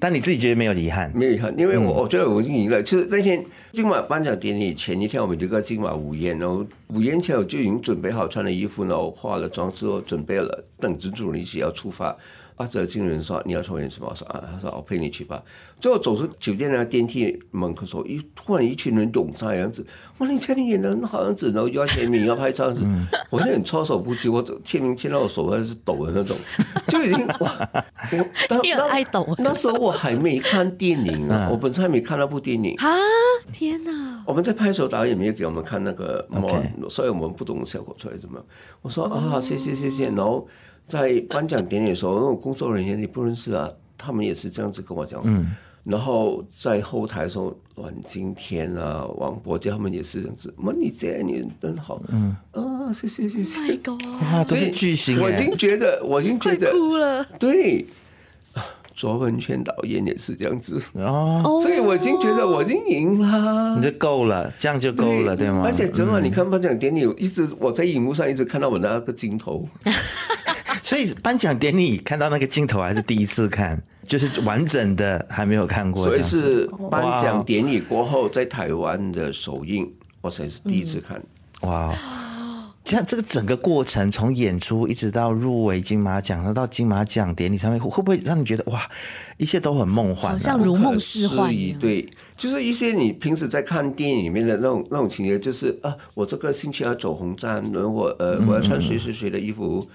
S2: 但你自己觉得没有遗憾，
S1: 没有遗憾，因为我我觉得我已经赢了。就是那天金马颁奖典礼前一天，我们有一个金马午宴，然后午宴前我就已经准备好穿的衣服，然后化了妆之后准备了，等着主人一起要出发。啊阿哲经理人说：“你要抽烟是吧？”我说：“啊。”他说：“我陪你去吧。”最后走出酒店的电梯门口的时候，一突然一群人涌上来样子，哇！你看你演的好样子，然后又要签名，要拍照样子，我就很措手不及，我签名签到我手还是抖的那种，就已经哇！我当
S3: 你很爱抖啊
S1: 那时候我还没看电影 啊，我本身还没看那部电影。
S3: 啊，天哪！
S1: 我们在拍的时候，导演没有给我们看那个
S2: OK
S1: 模，所以我们不懂效果出来怎么样。我
S3: 哦
S1: 说啊，谢谢谢谢。然后在颁奖典礼的时候，那种工作人员你不认识啊，他们也是这样子跟我讲。嗯。然后在后台的时候，阮经天啊、王伯杰他们也是这样子。妈，你这你真好。嗯。啊，谢谢谢谢。
S3: Oh My God，
S2: 哇，
S1: 嗯所
S2: 都是
S1: 以
S2: 巨星
S1: 我已
S2: 哎
S1: 经，觉得，我已经觉
S3: 快
S1: 得，
S3: 哭了
S1: 对，啊卓文萱导演也是这样子，
S2: 哦，
S3: 哦！
S1: 所以我已经觉得我已经赢啦
S2: 你。这够了，这样就够了，对吗？
S1: 嗯而且整晚你看颁奖典礼，我一直我在荧幕上一直看到我那个镜头，
S2: 所以颁奖典礼看到那个镜头还是第一次看，就是完整的还没有看过，
S1: 所以
S2: 这样子
S1: 是颁奖典礼过后在台湾的首映，我才是第一次看。
S2: 哇哦！ 像这个整个过程，从演出一直到入围金马奖，然后到金马奖典礼上面，会会不会让你觉得哇，一切都很梦幻、啊？
S3: 好像如梦似幻一
S1: 一
S3: 样
S1: 对，就是一些你平时在看电影里面的那种那种情节，就是啊，我这个星期要走红毯，然后我
S3: 嗯
S1: 呃我要穿谁谁谁的衣服，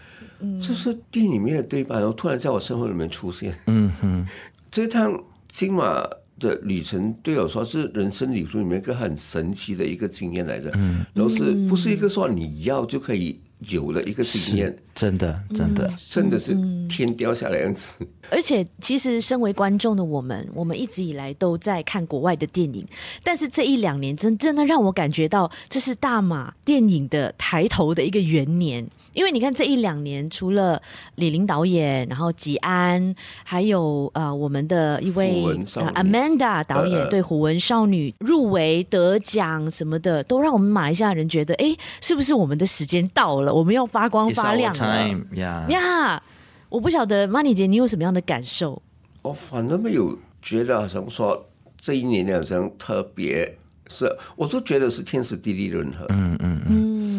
S1: 就是电影里面的对白，然后突然在我生活里面出现。嗯哼， 这趟金马的旅程对我说是人生旅途里面一个很神奇的一个经验来的，嗯，然后是不是一个说你要就可以有的一个经验？
S2: 真的真的，
S1: 真的是天掉下来的样子。
S3: 而且，其实身为观众的我们，我们一直以来都在看国外的电影，但是这一两年真真的让我感觉到，这是大马电影的抬头的一个元年。因为你看这一两年，除了李林导演，然后吉安，还有呃我们的一位
S1: 胡文少女
S3: 呃 Amanda 导演、
S1: 呃呃
S3: 对《虎纹少女》入围得奖什么的，都让我们马来西亚人觉得，哎，是不是我们的时间到了？我们要发光
S2: It's
S3: 发
S2: our
S3: 亮啊了。
S2: time，呀、
S3: 呀我不晓得 Money 姐你有什么样的感受？
S1: 我反正没有觉得好像说这一年好像特别是，我就觉得是天时地利人和。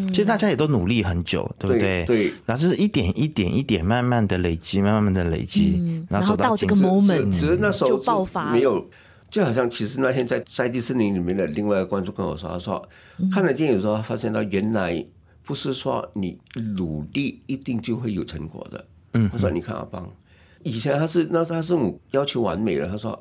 S2: 其实大家也都努力很久，对不对？
S1: 对对
S2: 然后就是一点一点一点，慢慢的累积，慢慢的累积，然后走
S3: 嗯然后到
S2: 今
S3: 这个
S2: 天
S3: moment
S1: 只只是那时候
S3: 就爆发了
S1: 没有，就好像其实那天在在迪士尼里面的另外一个观众跟我说，他说
S3: 嗯
S1: 看了电影之后，他发现到原来不是说你努力一定就会有成果的。嗯，他说你看阿邦，以前他是那他是我要求完美的，他说。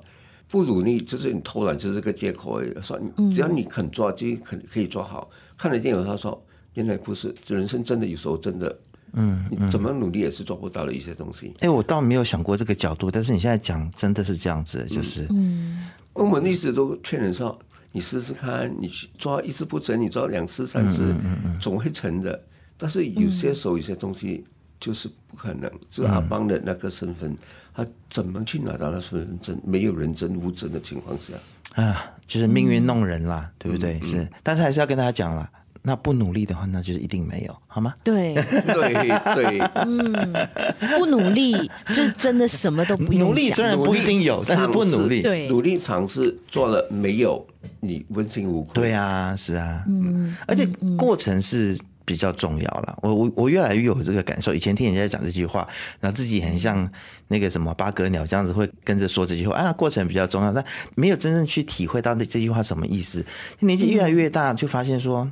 S1: 不努力就是你偷懒，就是个借口而已。他说
S3: 嗯
S1: 你只要你肯做，就肯可以做好。看了电影，他说原来不是人生真的有时候真的，嗯，你怎么努力也是做不到的一些东西。
S2: 哎、我倒没有想过这个角度，但是你现在讲真的是这样子，
S3: 嗯
S2: 就是、
S1: 我们一直都劝人说，你试试看，你去抓一次不成，你抓两次、三次，
S2: 嗯
S1: 总会成的。但是有些时候，有些东西就是不可
S2: 嗯
S1: 能。就是阿邦的那个身份，他怎么去拿到那身份证？没有人证物证的情 况下，
S2: 啊，就是命运弄人啦，对不对？是，但是还是要跟大家讲啦，那不努力的话，那就是一定没有，好吗？
S3: 对，
S1: 对对，
S3: 不努力就真的什么都不用
S2: 努力
S3: 讲
S2: 虽然不一定 有，但是不努力，
S3: 对
S1: 努力尝试做了没有，你问心无愧。
S2: 对啊，是啊，嗯，而且过程是比较重要啦。我我我越来越有这个感受。以前听人家讲这句话，然后自己很像那个什么八哥鸟这样子，会跟着说这句话啊，过程比较重要，但没有真正去体会到那这句话什么意思。年纪越来越大，就发现说。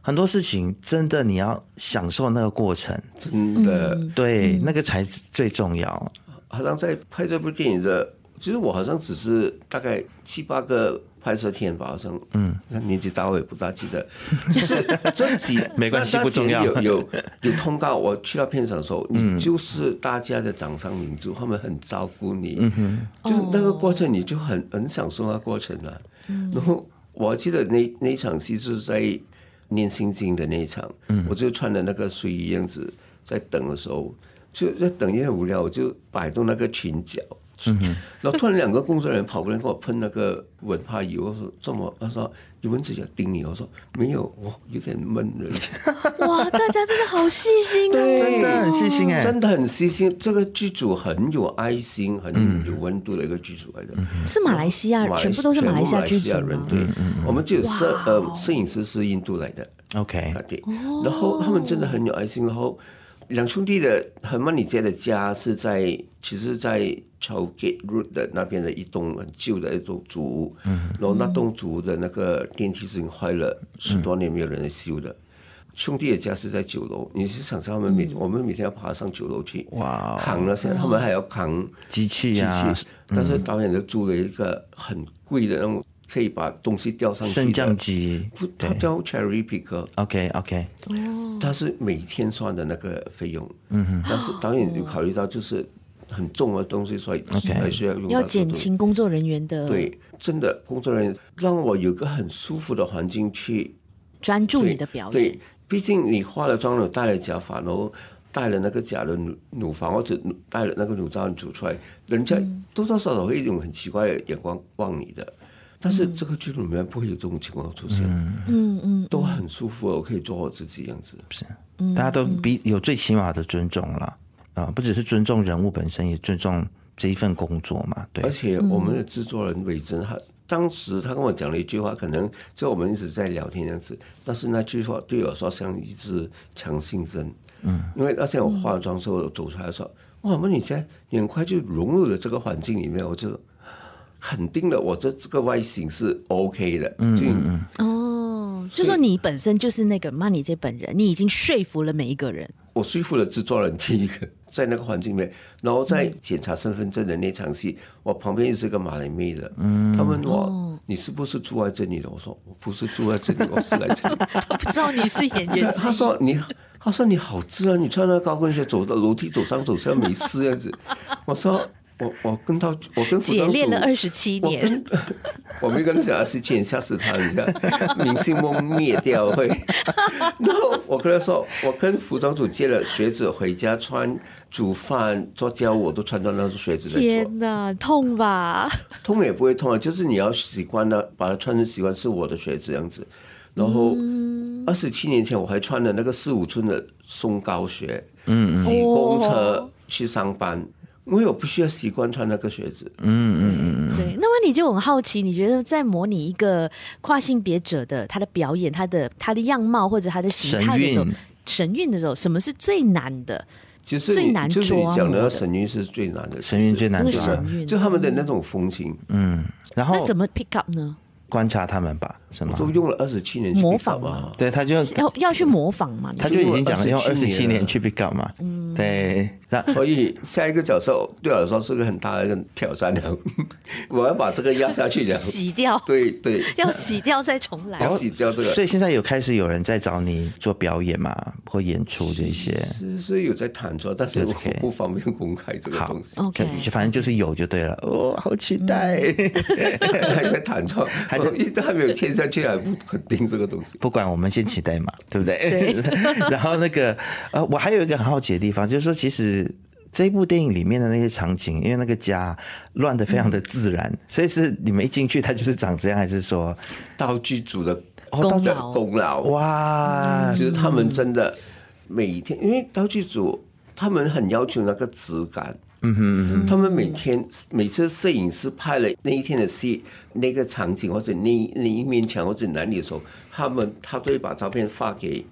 S2: 很多事情真的你要享受那个过程，
S1: 真的。
S3: 嗯
S2: 对，那个才是最重要。
S1: 好像在拍这部电影的，其实我好像只是大概七八个拍摄天吧，好像嗯，那年纪大我也不大记 得，就是这几
S2: 没关系
S1: 那那
S2: 不重要
S1: 几年有有有通告，我去到片场的时候，你就是大家的掌上明珠，他们很照顾你，就是那个过程你就很很享受那个过程啊。然后我记得那那一场戏就是在。念心经的那一场，我就穿的那个睡衣样子，在等的时候，就在等也很无聊，我就摆动那个裙角，然后突然两个工作人员跑过来给我喷那个蚊怕油，我说这么，他说有蚊子咬叮你，我说没有，我有点闷人，
S3: 哇，大家真的好细 心哦。
S2: 真的很细心哎、
S1: 真的很细心，这个剧组很有爱心，很有温度的一个剧组来的。
S3: 是马来西亚
S1: 马，来
S3: 全部都是马来西亚剧组
S1: 全部马来
S3: 吗
S1: 西亚？人，对，我们就有摄呃摄影师是印度来的，
S2: OK，
S1: 啊对，
S2: 哦
S1: 然后他们真的很有爱心。然后两兄弟的和曼里街的家是在，其实，在 Chowgate Road 的那边的一栋很旧的一栋祖屋，然后那栋祖屋的那个电梯是坏了十多年没有人来修的。兄弟的家是在九楼，你是想象他们每、我们每天要爬上九楼去，
S2: 嗯哇哦
S1: 扛那些，他们还要扛
S2: 机器
S1: 机
S2: 啊，
S1: 器，但是导演就租了一个很贵的那种可以把东西吊上去
S2: 升
S1: 的
S2: 降机
S1: 不，它叫 cherry picker，
S2: ，OK OK，
S1: 它是每天算的那个费用。嗯哼，但是导演有考虑到就是很重的东西，所以还是要用到
S3: 要
S1: 这
S3: 减
S1: 种
S3: 轻工作人员的
S1: 对，真的工作人员让我有个很舒服的环境去
S3: 专注
S1: 对
S3: 你的表演，
S1: 对，毕竟你化了妆了，戴了假发，然后戴了那个假的乳乳房或者戴了那个乳罩你走出来，人家
S3: 嗯
S1: 多多少少会有一种很奇怪的眼光望你的。但是这个剧组里面不会有这种情况出现，
S3: 嗯嗯，
S1: 都很舒服，我可以做我自己样子。
S2: 大家都
S3: 嗯
S2: 比有最起码的尊重了啊、不只是尊重人物本身，也尊重这一份工作嘛。
S1: 而
S2: 对，
S1: 且我们的制作人伟珍，他当时他跟我讲了一句话，可能就我们一直在聊天这样子，但是那句话对我说像一支强心针。嗯，因为那天我化妆之后我走出来说，哇，那你现在你很快就融入了这个环境里面，我就肯定了我这这个外形是 OK 的，嗯嗯
S3: 哦，就说你本身就是那个 Money 姐本人，你已经说服了每一个 人。
S1: 我说服了制作人第一个， 在那个环境里面，然后
S3: 嗯
S1: 在检查身份证的那场戏，我旁边是个马来妹的，
S3: 嗯
S1: 他问我、
S3: 哦
S1: 你是不是 住在这里的？我说我不是住在这里，我是来这里。
S3: 他不知道你是演
S1: 对
S3: 员，
S1: 他说你他说你好自然，你穿那高跟鞋走到楼梯走上走下没事样子。我说我我跟他我跟服
S3: 姐
S1: 装
S3: 练
S1: 组
S3: 了二十七
S1: 我
S3: 年，
S1: 跟我没跟他讲二十七年，吓死他一下，明星梦灭掉会。然后我跟他说，我跟服装组借了靴子回家穿，煮饭做家务我都穿到那双靴子在做，
S3: 天哪，痛吧？
S1: 痛也不会痛啊，就是你要习惯了，把它穿成习惯是我的靴子这样子。然后二十七年前我还穿了那个四五寸的松糕鞋，嗯，挤公车
S3: 哦
S1: 去上班，因为我不需要习惯穿那个靴子。
S2: 嗯
S3: 对，那么你就很好奇，你觉得在模拟一个跨性别者的他的表演、他的他的样貌或者他的形态的时候
S2: 神韵，
S3: 神韵的时候，什么是最难的？
S1: 其实
S3: 最
S1: 你
S3: 难
S1: 就是你
S3: 捉
S1: 讲
S3: 摸
S1: 的
S3: 的
S1: 那神韵是最难的，
S2: 神韵
S1: 其实
S2: 最难嗯
S3: 那个
S2: 抓
S3: 神，韵，
S1: 就他们的那种风情，
S2: 然
S3: 那
S2: 后
S3: 怎么 pick up 呢？
S2: 观察他们吧，是吗？
S1: 都用了二十七年去
S3: 模
S1: pick up
S3: 仿
S1: 啊。
S2: 对，他就
S3: 要要去模仿嘛？你
S2: 他就已经讲了用二
S1: 27
S2: 十七
S1: 年
S2: 年
S1: 了
S2: 去 pick up 嘛，
S3: 嗯
S2: 对，然
S1: 所以下一个角色对我来说是个很大的一个挑战了， 我要把这个压下去 了。
S3: 洗掉，
S1: 对对，
S3: 要洗掉再重来。
S1: 要洗掉这个。
S2: 所以现在有开始有人在找你做表演嘛，或演出这些。
S1: 是是有在谈着，但是我
S2: OK
S1: 不方便公开这个
S2: 好
S1: 东西，
S3: OK，嗯
S2: 就反正就是有就对了，哦，好期待！
S1: 还在谈 着，还
S2: 在
S1: 一直还没有签下去，还不肯定这个东西。
S2: 不管我们先期 待嘛，对不对？ 然后那个呃，我还有一个很好奇的地方，就是说其实。这部电影里面的那些场景，因为那个家乱的非常的自然，
S1: 嗯
S2: 所以是你们一进去，它就是长这样，还是说，
S1: 道具组的
S3: 功
S1: 的
S3: 劳
S1: 功劳，
S2: 哇，
S1: 其实他们真的每一天，因为道具组他们很要求那个质感。嗯哼他们每天每次摄影师拍了那一天的戏，那个场景或者那那一面墙或者哪里的时候，他们他都会把照片发给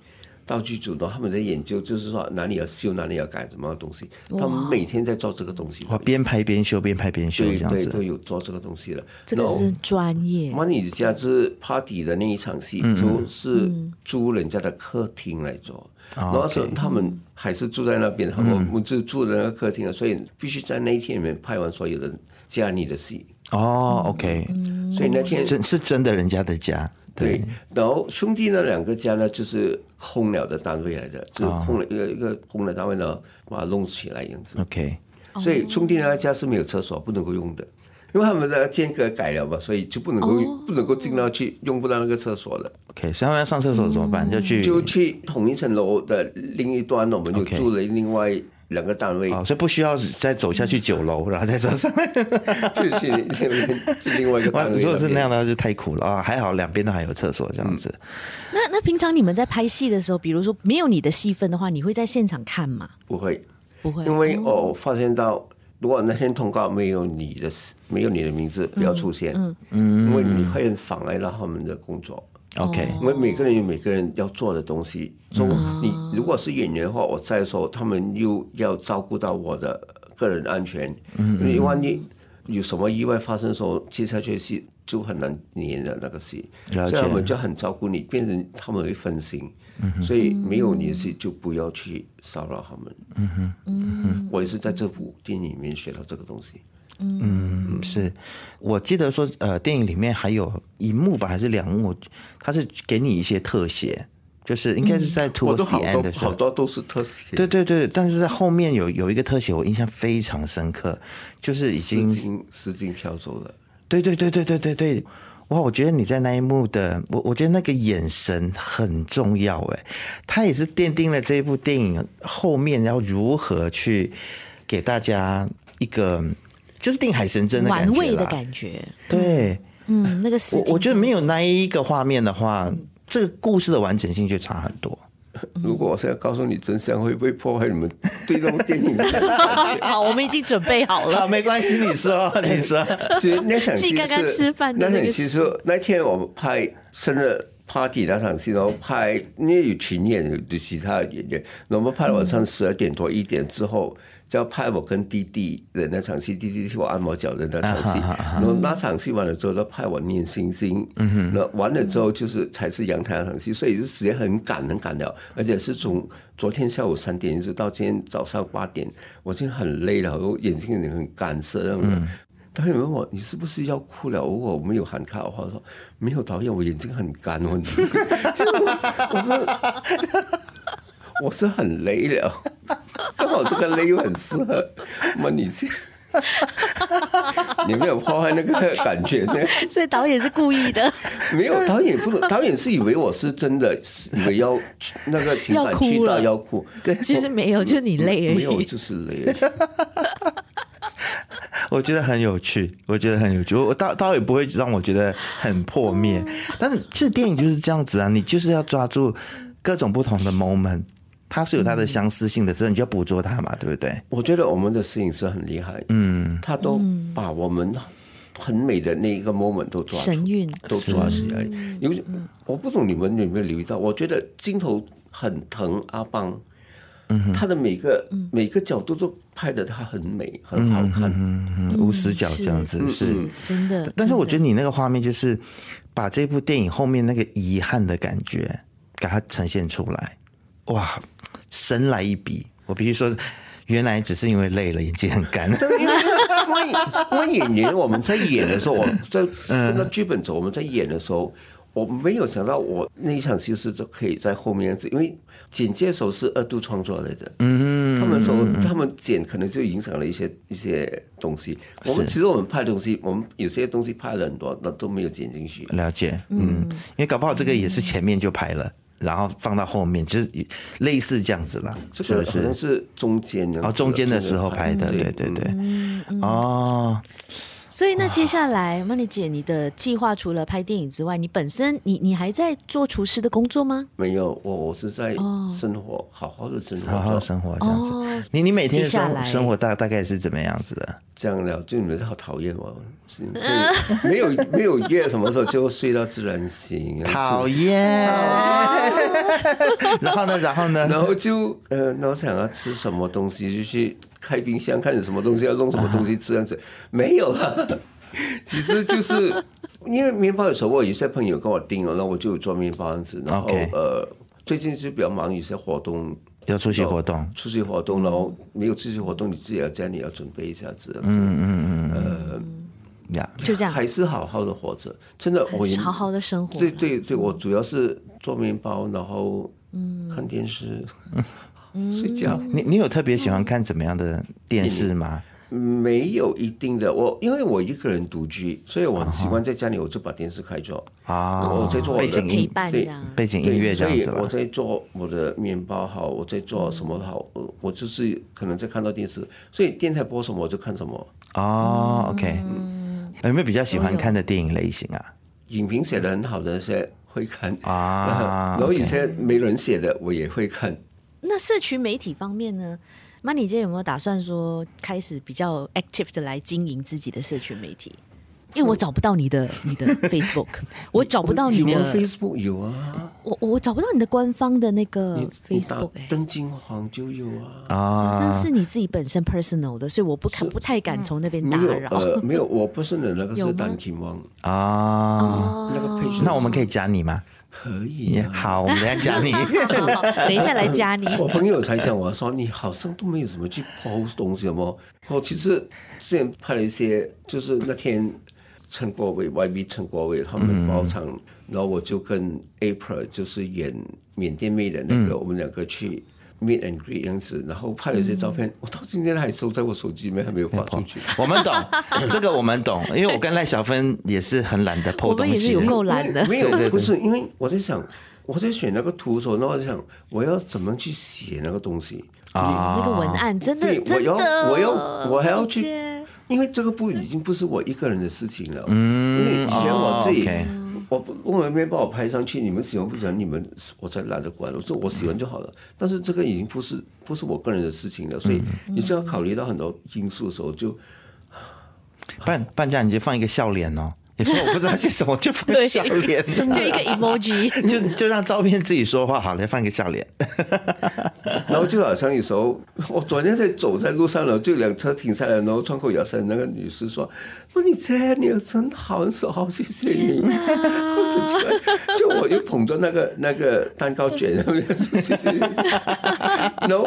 S1: 道具组，然后他们在研究，就是说哪里要修，哪里要改什么东西。他们每天在做这个东西，
S2: 哇，边拍边修，边拍边修
S1: 对
S2: 这样
S1: 对
S2: 子，
S1: 都有做这个东西了。
S3: 这个
S1: 然后
S3: 是专业。
S1: Money 家是 party 的那一场戏，就是租人家的客厅来做，然后说他们还是住在那边，我们就住在那个客厅啊，所以必须在那一天里面拍完所有的家里的戏，
S2: 哦，OK，
S1: 嗯所以那天
S2: 真是真的人家的家，
S1: 对，然后兄弟那两个家呢，就是空了的单位来的，就是空了一个一个空的单位呢，把它弄起来样子，
S2: ，OK，
S1: 所以兄弟那个家是没有厕所，不能够用的。因为他们的间隔改了嘛，所以就不能够、不能够进到去用不到那个厕所了。
S2: OK，所以他们要上厕所怎么办？就去
S1: 嗯就去同一层楼的另一端，我们就
S2: OK
S1: 住了另外两个单位，
S2: 哦，所以不需要再走下去九楼，然后再走上来。
S1: 嗯就去去去另外一个
S2: 哇
S1: 单位那边。
S2: 如果是那样的话，就太苦了啊、还好两边都还有厕所这样子。
S3: 那那平常你们在拍戏的时候，比如说没有你的戏份的话，你会在现场看吗？
S1: 不会，
S3: 不会，
S1: 因为哦，我发现到如果那天通告没有你的没有你的名字不要出现，嗯，因为你会妨碍到他们的工作。
S2: OK，
S1: 因为每个人有每个人要做的东西，中
S2: 嗯
S1: 你如果是演员的话，我再说他们又要照顾到我的个人安全，
S2: 嗯
S1: 因为万一有什么意外发生的时候，接下去的戏就很难演了那个戏，
S2: 了
S1: 所
S2: 解嗯
S1: 以他们就很照顾你，变成他们会分心，所以没有你的戏就不要去骚扰他们。嗯哼，我也是在这部电影里面学到这个东西。
S2: 嗯，是我记得说，呃，电影里面还有一幕吧，还是两幕，它是给你一些特写，就是应该是在
S1: 我
S2: towards
S1: 都好
S2: the end
S1: 多
S2: 的时候
S1: 好，多都是特写，
S2: 对对对，但是在后面有有一个特写，我印象非常深刻，就是已
S1: 十
S2: 经
S1: 斤十斤飘走了。
S2: 对对对对对对对，哇！我觉得你在那一幕的，我我觉得那个眼神很重要，哎，它也是奠定了这一部电影后面要如何去给大家一个就是定海神针的感
S3: 玩
S2: 觉
S3: 味的
S2: 啦
S3: 感觉。
S2: 对，
S3: 嗯，那个时
S2: 我我觉
S3: 得
S2: 得没有那一个画面的话，这个故事的完整性就差很多。
S1: 如果我现在告诉你真相，会不会破坏你们对这部电影的 感觉？
S3: 好，我们已经准备好
S2: 好，
S3: 了。
S2: 没关系，你说，你说，
S1: 其实那场戏
S3: 记刚刚
S1: 是
S3: 吃饭的
S1: 那
S3: 那个
S1: 场戏是那天我们拍生日 party 那场戏，然后拍因为有群演有其他的演员，然后我们拍到晚上十二点多一点之后。就要拍我跟弟弟的那场戏，弟弟替我按摩脚的那场戏，然后那场戏完了之后，就拍我念星星，嗯那完了之后就是才是阳台那场戏，所以是时间很赶很赶了，而且是从昨天下午三点一直到今天早上八点，我已经很累了，我眼睛有点很干涩那种的。导演问我：“你是不是要哭了？”如果我没有喊卡的话，我说：“ 没有，导演，我眼睛很干。”我很就我我说我是很累了，正好这个累又很适合模拟器。你没有破坏那个感觉，所以
S3: 所以导演是故意 的，
S1: 没有导演不能，导演是以为我是真的，是以为要那个情
S3: 要
S1: 感
S3: 哭
S1: 去到
S3: 了
S1: 要哭，对，
S3: 其实没有，就是你累而
S1: 没有
S3: 已。
S1: 就是累而已。
S2: 我觉得很有趣，我觉得很有趣，我我倒倒也不会让我觉得很破灭。但是这电影就是这样子啊，你就是要抓住各种不同的 moment，它是有它的相似性的，所以你就要捕捉它嘛，对不对？
S1: 我觉得我们的摄影师很厉害，嗯，他都把我们很美的那一个 moment 都抓
S3: 神
S1: 住，
S3: 韵，
S1: 都抓起来。尤其我不懂你们有没有留意到，我觉得镜头很疼阿邦，嗯，他的每个每个角度都拍的他很美，很好看。
S2: 嗯，无死角这样子、是。
S3: 嗯
S1: 嗯
S3: 真的。
S2: 但是我觉
S3: 得
S2: 得你那个画面就是把这部电影后面那个遗憾的感觉给它呈现出来，哇，神来一笔！我必须说，原来只是因为累了，眼睛很干。
S1: 因为因为因为演员我们在演的时候， 我在
S2: 嗯
S1: 跟着剧本走，我们在演的时候，我没有想到我那一场戏是就可以在后面，因为剪接手是二度创作来的，嗯，他们手他们剪可能就影响了一些一些东西。我们其实我们拍的东西，我们有些东西拍了很多，那都没有剪进去。
S2: 了解，嗯，因为搞不好这个也是前面就排了，然后放到后面，就是类似这样子啦，
S1: 这
S2: 是
S1: 个
S2: 不
S1: 可能
S2: 是？嗯
S1: 是中间的
S2: 哦，中间的时候拍的，对对
S1: 嗯
S2: 对，
S3: 嗯
S2: 哦，
S3: 所以那接下来，曼妮姐，你的计划除了拍电影之外，你本身你你还在做厨师的工作吗？
S1: 没有我我是在生活，好好的生活着，
S2: 哦好好生活这样子。
S3: 哦，
S2: 你你每天的
S3: 记下来
S2: 生生活大大概是怎么样子的？
S1: 这样聊，就你们好讨厌我，是所以没有 没有夜什么时候就睡到自然醒，啊
S2: 讨 厌。然后呢？然后呢？
S1: 然后就呃，然后想要吃什么东西就去开冰箱看有什么东西要弄什么东西吃，这样子没有了。 其实就是因为面包有时候我有些朋友跟我订了，那我就做面包这样子，然后
S2: OK
S1: 呃最近是比较忙，有些活动。
S2: 要出席活动，
S1: 出去活动，然后没有出去活动，你自己要家里要准备一下子。嗯，
S2: 呀，
S3: 就这样，
S1: 还是好好的活着。真的，我也
S3: 好好的生活。
S1: 对对
S2: 嗯
S1: 对，我主要是做面包，然后嗯看电视，
S2: 嗯
S1: 睡觉。
S2: 你你有特别喜欢看怎么样的电视吗？
S1: 没有一定的，我因为我一个人独居，所以我很习惯在家里，我就把电视开着，
S2: 啊，
S1: 嗯我在做我
S2: 背
S1: 的
S2: 景
S3: 陪
S2: 音
S3: 伴
S1: 对
S3: 这样
S2: 背景音乐这样
S1: 对
S2: 子
S1: 所以我
S2: 吧。
S1: 在做我的面包好，我在做什么好，
S2: 嗯
S1: 我我就是可能在看到电视，所以电台播什么我就看什么。嗯
S2: 哦，OK，有没有比较喜欢看的电影类型啊？
S1: 影评写的很好的那些会看
S2: 啊
S1: 然后
S2: OK
S1: 有些没人写的我也会看。
S3: 那社群媒体方面呢？曼妮姐有没有打算说开始比较 active 的来经营自己的社群媒体？
S1: 嗯
S3: 因为我找不到你的你 的 Facebook，我找不到你
S1: 有啊
S3: 的，
S1: Facebook 有啊，
S3: 我我找不到你的官方的那个
S1: 你打
S3: 呃 Facebook 哎、
S1: 灯金黄就有啊。
S2: 啊，
S3: 那是你自己本身 personal 的，所以我不敢不太敢从那边打
S1: 没有，
S3: 扰。
S1: 呃，没有，我不是的那个
S3: 有吗
S1: 是
S3: 哦
S1: 单金王，
S2: 啊，
S1: 那个配置
S2: 那我们可以加你吗？
S1: 可以
S2: 也
S1: 啊。
S2: 好，我们等一下加你。
S3: 好好等一下来加你。
S1: 我朋友才讲我说你好像都没有什么去 post 东西么？我其实之前拍了一些，就是那天陈国伟 YB 陈国伟他们包场，
S2: 嗯
S1: 然后我就跟 April 就是演缅甸妹的那个，
S2: 嗯
S1: 我们两个去 meet and greet 这样子，然后拍了一些照
S3: 嗯
S1: 片，我到今天还收在我手机里面，还没有发出去。
S2: 我们懂这个，我们懂，因为我跟赖小芬也是很懒得
S3: 我
S2: 破
S3: 们
S2: 东
S3: 也是
S2: 西
S3: 有
S2: 的。
S3: 够懒的，
S1: 没有，
S2: 对对对
S1: 不是，因为我在想，我在选那个图的时候，那我在想，我要怎么去写那个东西？
S2: 啊
S3: 那个文案真的
S1: 对，我
S3: 真
S1: 要，
S3: 的，
S1: 我要，我还要去
S3: 理解，
S1: 因为这个不已经不是我一个人的事情了。嗯，因为以前我自己
S2: 哦，，OK
S1: 我不我们没把我拍上去，你们喜欢不喜欢，你们我才懒得管。我说我喜欢就好了，但是这个已经不是不是我个人的事情了，所以
S2: 嗯
S1: 你就要考虑到很多因素的时候就。
S2: 不然不然这样你就放一个笑脸哦。你说我不知道写什么，就放个笑脸，
S3: 就 一个 emoji。
S2: 就就让照片自己说话好了，放一个笑脸。
S1: 然后就好像有时候， 我昨天在走在路上了，就辆车停下来，然后窗口摇下来，那个女士说：“那你姐，你真好，说好，谢谢你。” 我就觉得就我就捧着那个那个蛋糕卷，然后就说谢谢你。然后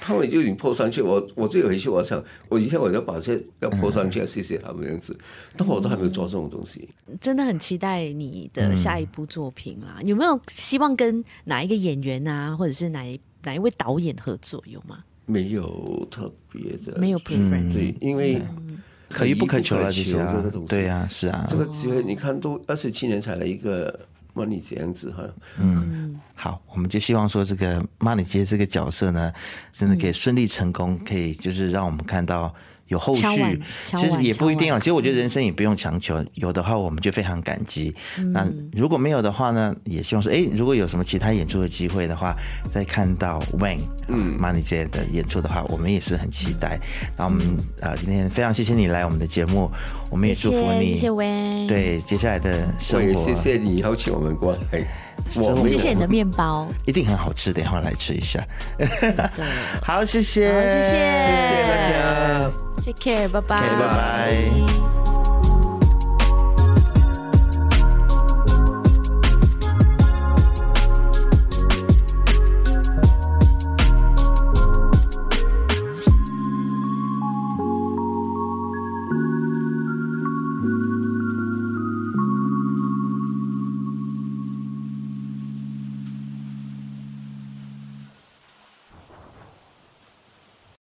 S1: 他们就已经泼上去，我我自己回去，我想我以前我就把这要泼上去，要谢谢他们这样子，但我都还没有做这种东西。
S3: 真的很期待你的下一部作品啦！有没有希望跟哪一个演员啊，或者是哪一哪一位导演合作有吗？
S1: 没有特别的，
S3: 没有 preference，、
S1: 对，因为
S2: 嗯可遇不可求了，这
S1: 这
S2: 些
S1: 些
S2: 啊
S1: 这东，西
S2: 对啊，是啊
S1: 这，个机会，你看都二十七年才来一个，那你这样子哈，
S2: 嗯好，我们就希望说这个马里杰这个角色呢，真的可以顺利成功，可以就是让我们看到有后
S3: 敲碗
S2: 续。
S3: 敲
S2: 其实
S3: 碗
S2: 也
S3: 敲
S2: 不一定啊，
S3: 碗
S2: 其实我觉得人生也不用强求，有的话我们就非常感激。
S3: 嗯
S2: 那如果没有的话呢，也希望说，哎，如果有什么其他演出的机会的话，再看到 Wayne 嗯 Money 姐的演出的话，我们也是很期待。那我们呃今天非常谢谢你来我们的节目，我们也祝
S3: 谢
S2: 福
S3: 谢
S2: 你。
S3: 谢谢 Wayne，，
S2: 对接下来的生
S1: 我也
S2: 活，啊
S1: 谢谢你邀请我们过来，我没
S3: 谢
S1: 有
S3: 谢你的面包，
S2: 一定很好吃，等一下我来吃一下。
S3: 对，
S2: 好，谢谢，
S3: 好，谢谢，
S1: 谢谢大家。
S3: ，Take care，拜拜，
S2: OK，拜拜。